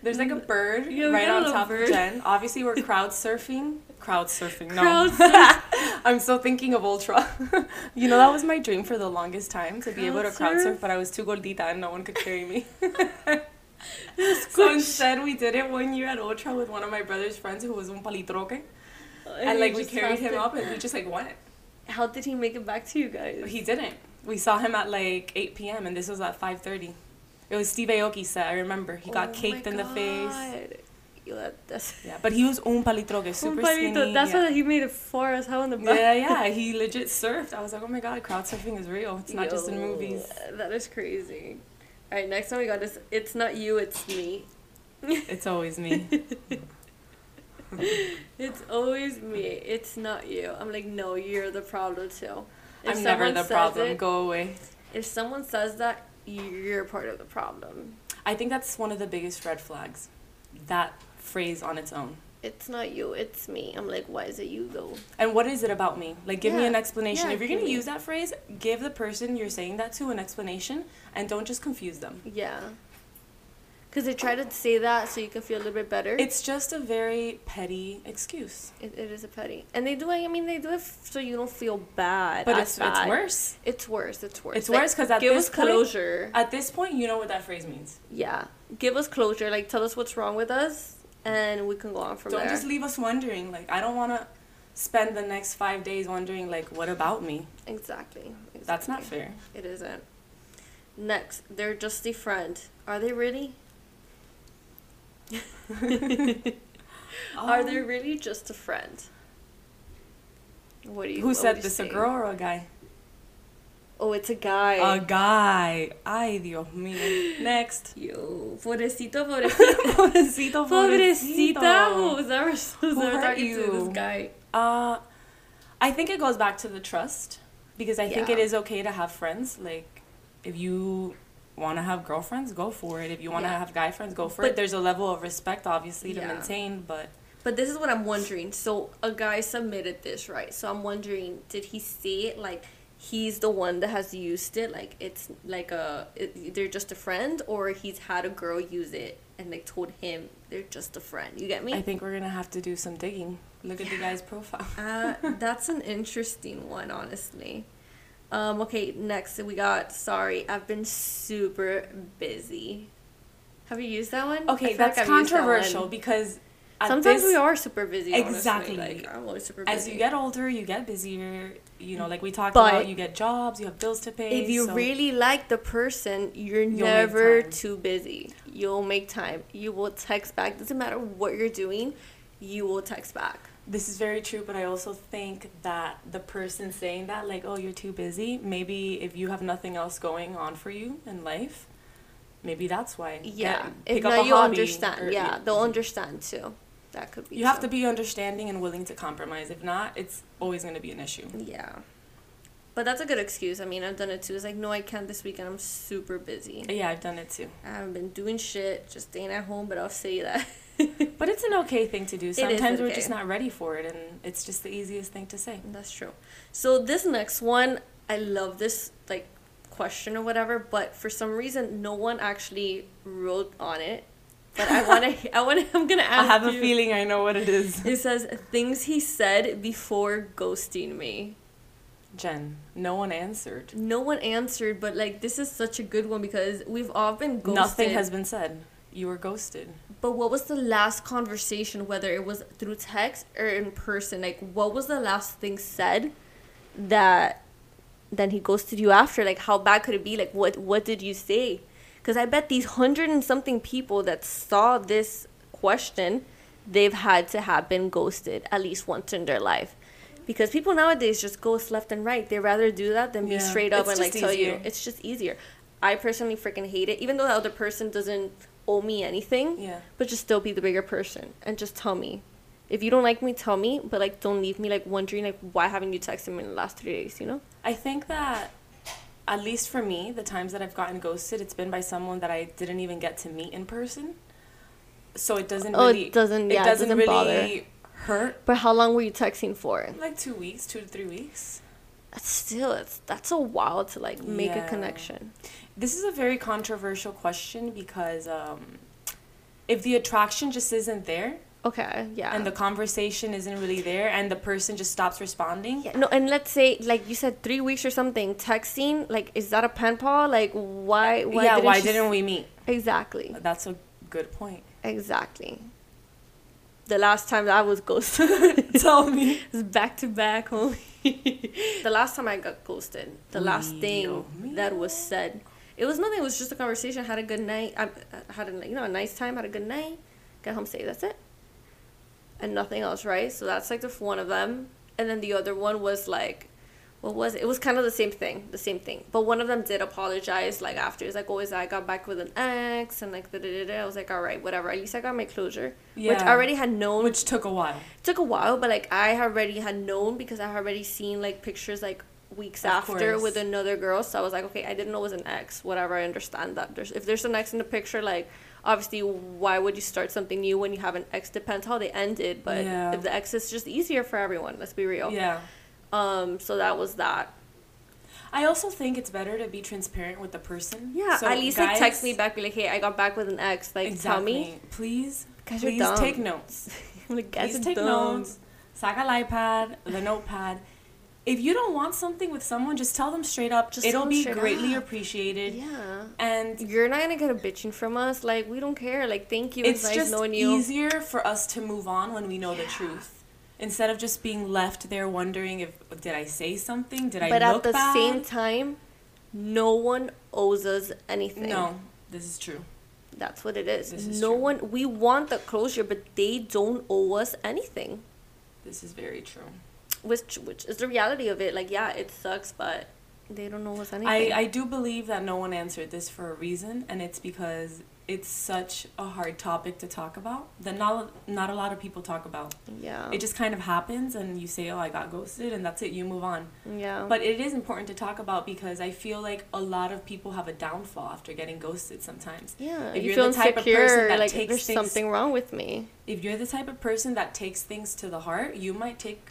[SPEAKER 2] There's like a bird
[SPEAKER 1] Yeah, we
[SPEAKER 2] right
[SPEAKER 1] got a
[SPEAKER 2] on
[SPEAKER 1] little
[SPEAKER 2] top
[SPEAKER 1] bird.
[SPEAKER 2] of Jen. Obviously, we're crowd surfing. Crowd surfing. No,
[SPEAKER 1] Crowd
[SPEAKER 2] I'm still thinking of ultra. you know, that was my dream for the longest time to be able to
[SPEAKER 1] Crowd
[SPEAKER 2] crowd surf,
[SPEAKER 1] surf?
[SPEAKER 2] but I was too gordita and no one could carry me. so instead, we did it one year at ultra with one of my brother's friends who was un palitroque, and like we carried him up and we just like went.
[SPEAKER 1] How did he make it back to you guys?
[SPEAKER 2] He didn't. We saw him at like 8 p.m. and this was at 5:30. It was Steve Aoki's set. I remember he got
[SPEAKER 1] Oh
[SPEAKER 2] caked
[SPEAKER 1] my
[SPEAKER 2] in the face.
[SPEAKER 1] God. that, that's
[SPEAKER 2] Yeah, but he was un palitro, que super
[SPEAKER 1] Un palito.
[SPEAKER 2] skinny.
[SPEAKER 1] That's
[SPEAKER 2] yeah.
[SPEAKER 1] why he made it for us. How in the back?
[SPEAKER 2] yeah, yeah, he legit surfed. I was like, oh my god, crowd surfing is real. It's not just in
[SPEAKER 1] Yo,
[SPEAKER 2] movies.
[SPEAKER 1] That is crazy. All right, next one we got is it's not you, it's me.
[SPEAKER 2] It's always me.
[SPEAKER 1] It's always me. It's not you. I'm like, no, you're the problem too. If
[SPEAKER 2] I'm never
[SPEAKER 1] someone
[SPEAKER 2] the
[SPEAKER 1] says
[SPEAKER 2] problem.
[SPEAKER 1] it-
[SPEAKER 2] Go away.
[SPEAKER 1] if someone says that, you're part of the problem.
[SPEAKER 2] I think that's one of the biggest red flags. That phrase on its own.
[SPEAKER 1] It's not you, it's me. I'm like, why is it you though?
[SPEAKER 2] And what is it about me? Like, give me
[SPEAKER 1] Yeah.
[SPEAKER 2] an explanation.
[SPEAKER 1] Yeah,
[SPEAKER 2] if you're gonna
[SPEAKER 1] give me-
[SPEAKER 2] use that phrase, give the person you're saying that to an explanation, and don't just confuse them.
[SPEAKER 1] Yeah. Because they try to say that so you can feel a little bit better.
[SPEAKER 2] It's just a very petty excuse.
[SPEAKER 1] it, it is a petty. And they do it, I mean, they do it f- so you don't feel bad.
[SPEAKER 2] But
[SPEAKER 1] as
[SPEAKER 2] it's, it's
[SPEAKER 1] bad.
[SPEAKER 2] worse.
[SPEAKER 1] It's worse. It's worse.
[SPEAKER 2] It's worse 'cause at
[SPEAKER 1] give
[SPEAKER 2] this
[SPEAKER 1] us
[SPEAKER 2] point-
[SPEAKER 1] closure.
[SPEAKER 2] At this point, you know what that phrase means.
[SPEAKER 1] yeah, give us closure. Like tell us what's wrong with us, and we can go on from
[SPEAKER 2] don't
[SPEAKER 1] there.
[SPEAKER 2] just leave us wondering. Like, I don't wanna spend the next five days wondering, like, what about me?
[SPEAKER 1] exactly, exactly.
[SPEAKER 2] That's not fair.
[SPEAKER 1] It isn't. Next, they're just a friend. Are they really? Are they
[SPEAKER 2] Um,
[SPEAKER 1] really just a friend? What do you?
[SPEAKER 2] Who
[SPEAKER 1] what
[SPEAKER 2] said
[SPEAKER 1] would you
[SPEAKER 2] this? A
[SPEAKER 1] say?
[SPEAKER 2] girl or a guy?
[SPEAKER 1] Oh, it's a guy.
[SPEAKER 2] A guy. Ay, Dios mío. Next.
[SPEAKER 1] Yo, pobrecito, pobrecita,
[SPEAKER 2] Pobrecito,
[SPEAKER 1] pobrecita. Who
[SPEAKER 2] pobrecito.
[SPEAKER 1] was ever supposed
[SPEAKER 2] Who
[SPEAKER 1] to
[SPEAKER 2] hurt
[SPEAKER 1] talking to
[SPEAKER 2] you?
[SPEAKER 1] this guy?
[SPEAKER 2] Uh, I think it goes back to the trust because I think
[SPEAKER 1] Yeah.
[SPEAKER 2] it is okay to have friends. Like, if you want to have girlfriends, go for it. If you want to
[SPEAKER 1] Yeah.
[SPEAKER 2] have guy friends, go for
[SPEAKER 1] But-
[SPEAKER 2] it. There's a level of respect, obviously, to
[SPEAKER 1] Yeah.
[SPEAKER 2] maintain, but
[SPEAKER 1] But this is what I'm wondering. So a guy submitted this, right? So I'm wondering, did he see it like he's the one that has used it? Like it's like a it, they're just a friend, or he's had a girl use it and like told him they're just a friend. You get me?
[SPEAKER 2] I think we're gonna have to do some digging. Look at the guy's profile.
[SPEAKER 1] uh, that's an interesting one, honestly. Um, okay, next we got. Sorry, I've been super busy. Have you used that one? I
[SPEAKER 2] Okay,
[SPEAKER 1] feel like
[SPEAKER 2] that's
[SPEAKER 1] I've used that one.
[SPEAKER 2] controversial because at
[SPEAKER 1] Sometimes
[SPEAKER 2] this-
[SPEAKER 1] we are super busy. honestly.
[SPEAKER 2] Exactly.
[SPEAKER 1] Like, I'm always super busy.
[SPEAKER 2] As you get older, you get busier. You know, like we talked
[SPEAKER 1] But-
[SPEAKER 2] about, you get jobs, you have bills to pay.
[SPEAKER 1] if you
[SPEAKER 2] so-
[SPEAKER 1] really like the person, you're
[SPEAKER 2] You'll make
[SPEAKER 1] never
[SPEAKER 2] time.
[SPEAKER 1] too busy. You'll make time. You will text back. Doesn't matter what you're doing, you will text back.
[SPEAKER 2] This is very true, but I also think that the person saying that, like, oh, you're too busy, maybe if you have nothing else going on for you in life, maybe that's why.
[SPEAKER 1] Yeah.
[SPEAKER 2] Get-
[SPEAKER 1] if
[SPEAKER 2] pick up
[SPEAKER 1] not,
[SPEAKER 2] a
[SPEAKER 1] you'll
[SPEAKER 2] hobby
[SPEAKER 1] understand.
[SPEAKER 2] or-
[SPEAKER 1] yeah, they'll understand too. That could be.
[SPEAKER 2] You have
[SPEAKER 1] too.
[SPEAKER 2] to be understanding and willing to compromise. If not, it's always going to be an issue.
[SPEAKER 1] Yeah. But that's a good excuse. I mean, I've done it too. It's like, no, I can't this weekend. I'm super busy.
[SPEAKER 2] Yeah, I've done it too.
[SPEAKER 1] I haven't been doing shit, just staying at home, but I'll say that.
[SPEAKER 2] But it's an okay thing to do.
[SPEAKER 1] is
[SPEAKER 2] Sometimes we're
[SPEAKER 1] okay.
[SPEAKER 2] just not ready for it, and it's just the easiest thing to say.
[SPEAKER 1] That's true. So this next one, I love this like question or whatever, but for some reason no one actually wrote on it. But I want to. I want. to I'm gonna
[SPEAKER 2] I
[SPEAKER 1] ask
[SPEAKER 2] have a
[SPEAKER 1] you.
[SPEAKER 2] feeling I know what it is.
[SPEAKER 1] It says things he said before ghosting me.
[SPEAKER 2] Jen, no one answered.
[SPEAKER 1] No one answered, but like this is such a good one because we've all been ghosted.
[SPEAKER 2] Nothing has been said. You were ghosted.
[SPEAKER 1] But what was the last conversation, whether it was through text or in person? Like, what was the last thing said that then he ghosted you after? Like, how bad could it be? Like, what what did you say? Because I bet these hundred and something people that saw this question, they've had to have been ghosted at least once in their life. Because people nowadays just ghost left and right. They rather do that than be
[SPEAKER 2] Yeah.
[SPEAKER 1] straight up
[SPEAKER 2] It's
[SPEAKER 1] and like
[SPEAKER 2] just
[SPEAKER 1] tell you.
[SPEAKER 2] easier.
[SPEAKER 1] It's just easier. I personally freaking hate it, even though the other person doesn't owe me anything
[SPEAKER 2] Yeah.
[SPEAKER 1] but just still be the bigger person and just tell me if you don't like me tell me but like don't leave me like wondering like why haven't you texted me in the last three days you know
[SPEAKER 2] I think that, at least for me, the times that I've gotten ghosted, it's been by someone that I didn't even get to meet in person. So it doesn't
[SPEAKER 1] Oh, it
[SPEAKER 2] really.
[SPEAKER 1] doesn't- yeah, it doesn't
[SPEAKER 2] really hurt.
[SPEAKER 1] but how long were you texting for
[SPEAKER 2] Like two weeks, two to three weeks.
[SPEAKER 1] that's still it's that's a while to like make
[SPEAKER 2] Yeah.
[SPEAKER 1] a connection
[SPEAKER 2] This is a very controversial question because um, if the attraction just isn't there
[SPEAKER 1] okay yeah
[SPEAKER 2] and the conversation isn't really there and the person just stops responding,
[SPEAKER 1] yeah, no and let's say like you said three weeks or something texting like is that a pen pal like why why
[SPEAKER 2] yeah,
[SPEAKER 1] didn't
[SPEAKER 2] why
[SPEAKER 1] she s-
[SPEAKER 2] didn't we meet?
[SPEAKER 1] exactly
[SPEAKER 2] That's a good point.
[SPEAKER 1] exactly the last time that i was ghosted
[SPEAKER 2] Tell me.
[SPEAKER 1] It's back to back, homie. the last time I got ghosted, the last thing
[SPEAKER 2] Mío, mío.
[SPEAKER 1] that was said, it was nothing. It was just a conversation. Had a good night. I, I had a you know a nice time. Had a good night. get home safe. That's it. And nothing else, right? So that's like the f- one of them. And then the other one was like, what was it? It was kind of the same thing, the same thing. But one of them did apologize, like after. It's like, oh, is I got back with an ex and like da da da. I was like, all right, whatever. At least I got my closure, which I
[SPEAKER 2] Yeah.
[SPEAKER 1] already had known.
[SPEAKER 2] Which took a while.
[SPEAKER 1] It took a while, but like I already had known because I had already seen like pictures like weeks
[SPEAKER 2] Of
[SPEAKER 1] after
[SPEAKER 2] course.
[SPEAKER 1] with another girl. So I was like, okay, I didn't know it was an ex. Whatever, I understand that. There's if there's an ex in the picture, like obviously, why would you start something new when you have an ex? Depends how they ended, but
[SPEAKER 2] Yeah.
[SPEAKER 1] if the ex is just easier for everyone, let's be real.
[SPEAKER 2] Yeah.
[SPEAKER 1] Um. So that was that.
[SPEAKER 2] I also think it's better to be transparent with the person.
[SPEAKER 1] Yeah.
[SPEAKER 2] So
[SPEAKER 1] at least like
[SPEAKER 2] guys-
[SPEAKER 1] text me back, be like, hey, I got back with an ex. Like tell me.
[SPEAKER 2] Exactly. Please,
[SPEAKER 1] Guys are
[SPEAKER 2] please
[SPEAKER 1] dumb.
[SPEAKER 2] take notes.
[SPEAKER 1] like guys
[SPEAKER 2] Please
[SPEAKER 1] are
[SPEAKER 2] take
[SPEAKER 1] dumb.
[SPEAKER 2] notes. Sack an iPad, the notepad. If you don't want something with someone, just tell them straight up.
[SPEAKER 1] Just tell
[SPEAKER 2] It'll
[SPEAKER 1] 'em
[SPEAKER 2] be
[SPEAKER 1] straight
[SPEAKER 2] greatly
[SPEAKER 1] up.
[SPEAKER 2] appreciated.
[SPEAKER 1] Yeah.
[SPEAKER 2] And
[SPEAKER 1] You're not gonna get a bitching from us. Like we don't care. Like thank you.
[SPEAKER 2] it's
[SPEAKER 1] nice
[SPEAKER 2] just
[SPEAKER 1] knowing you.
[SPEAKER 2] easier for us to move on when we know the truth. Instead of just being left there wondering if did I say something? Did I
[SPEAKER 1] but
[SPEAKER 2] look
[SPEAKER 1] at the
[SPEAKER 2] bad?
[SPEAKER 1] same time, no one owes us anything.
[SPEAKER 2] No, this is true.
[SPEAKER 1] that's what it is.
[SPEAKER 2] This is
[SPEAKER 1] no
[SPEAKER 2] true.
[SPEAKER 1] one. We want the closure, but they don't owe us anything.
[SPEAKER 2] This is very true.
[SPEAKER 1] Which which is the reality of it. Like yeah, it sucks, but they don't owe us
[SPEAKER 2] I,
[SPEAKER 1] anything.
[SPEAKER 2] I do believe that no one answered this for a reason, and it's because it's such a hard topic to talk about that not, not a lot of people talk about.
[SPEAKER 1] yeah
[SPEAKER 2] It just kind of happens, and you say, Oh, I got ghosted, and that's it, you move on.
[SPEAKER 1] yeah.
[SPEAKER 2] But it is important to talk about because I feel like a lot of people have a downfall after getting ghosted sometimes.
[SPEAKER 1] yeah,
[SPEAKER 2] if
[SPEAKER 1] you
[SPEAKER 2] you're
[SPEAKER 1] feel
[SPEAKER 2] the type of person
[SPEAKER 1] insecure.
[SPEAKER 2] that
[SPEAKER 1] Like
[SPEAKER 2] takes
[SPEAKER 1] there's
[SPEAKER 2] things-
[SPEAKER 1] something wrong with me.
[SPEAKER 2] If you're the type of person that takes things to the heart, you might take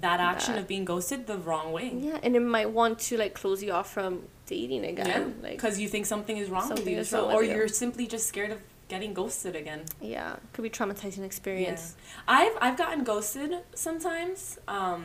[SPEAKER 2] that action
[SPEAKER 1] That-
[SPEAKER 2] of being ghosted the wrong way.
[SPEAKER 1] Yeah, and it might want to like close you off from dating again. Like
[SPEAKER 2] Because you think something is wrong
[SPEAKER 1] Something
[SPEAKER 2] with you,
[SPEAKER 1] is
[SPEAKER 2] so,
[SPEAKER 1] wrong with
[SPEAKER 2] or
[SPEAKER 1] you.
[SPEAKER 2] you're simply just scared of getting ghosted again.
[SPEAKER 1] yeah, could be traumatizing experience.
[SPEAKER 2] Yeah. I've I've gotten ghosted sometimes. Um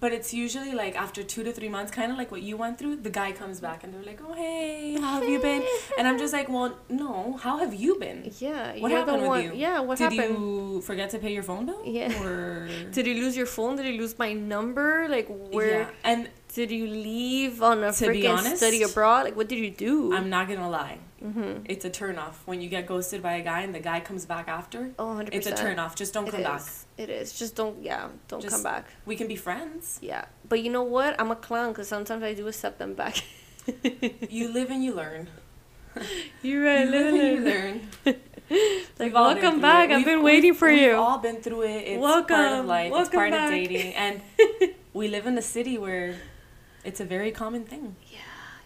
[SPEAKER 2] but it's usually like after two to three months, kind of like what you went through. The guy comes back and they're like, "Oh hey, how have you been?" And I'm just like, "Well, no. How have you been?
[SPEAKER 1] Yeah, you're
[SPEAKER 2] What happened
[SPEAKER 1] the
[SPEAKER 2] with
[SPEAKER 1] one.
[SPEAKER 2] you?
[SPEAKER 1] Yeah, what
[SPEAKER 2] Did
[SPEAKER 1] happened?
[SPEAKER 2] you forget to pay your phone bill?
[SPEAKER 1] Yeah.
[SPEAKER 2] Or
[SPEAKER 1] Did you lose your phone? Did you lose my number? Like, where
[SPEAKER 2] yeah. And
[SPEAKER 1] did you leave on a
[SPEAKER 2] To be
[SPEAKER 1] freaking
[SPEAKER 2] honest,
[SPEAKER 1] study abroad? Like, what did you do?
[SPEAKER 2] I'm not gonna lie,
[SPEAKER 1] mm-hmm.
[SPEAKER 2] it's a turnoff when you get ghosted by a guy and the guy comes back after.
[SPEAKER 1] Oh, 100%.
[SPEAKER 2] It's a turnoff. Just don't
[SPEAKER 1] It
[SPEAKER 2] come back.
[SPEAKER 1] is. It is. Just don't, yeah, don't
[SPEAKER 2] Just-
[SPEAKER 1] come back.
[SPEAKER 2] We can be friends.
[SPEAKER 1] Yeah. But you know what? I'm a clown because sometimes I do accept them back.
[SPEAKER 2] You live and you learn.
[SPEAKER 1] You're
[SPEAKER 2] you live and you learn.
[SPEAKER 1] Like,
[SPEAKER 2] We've all been
[SPEAKER 1] welcome
[SPEAKER 2] through
[SPEAKER 1] back.
[SPEAKER 2] it.
[SPEAKER 1] I've
[SPEAKER 2] We've-
[SPEAKER 1] been
[SPEAKER 2] we've-
[SPEAKER 1] waiting for
[SPEAKER 2] we've
[SPEAKER 1] you.
[SPEAKER 2] all been through it. It's part
[SPEAKER 1] Welcome.
[SPEAKER 2] of life.
[SPEAKER 1] Welcome
[SPEAKER 2] it's part
[SPEAKER 1] back.
[SPEAKER 2] of dating, and we live in a city where it's a very common thing.
[SPEAKER 1] yeah,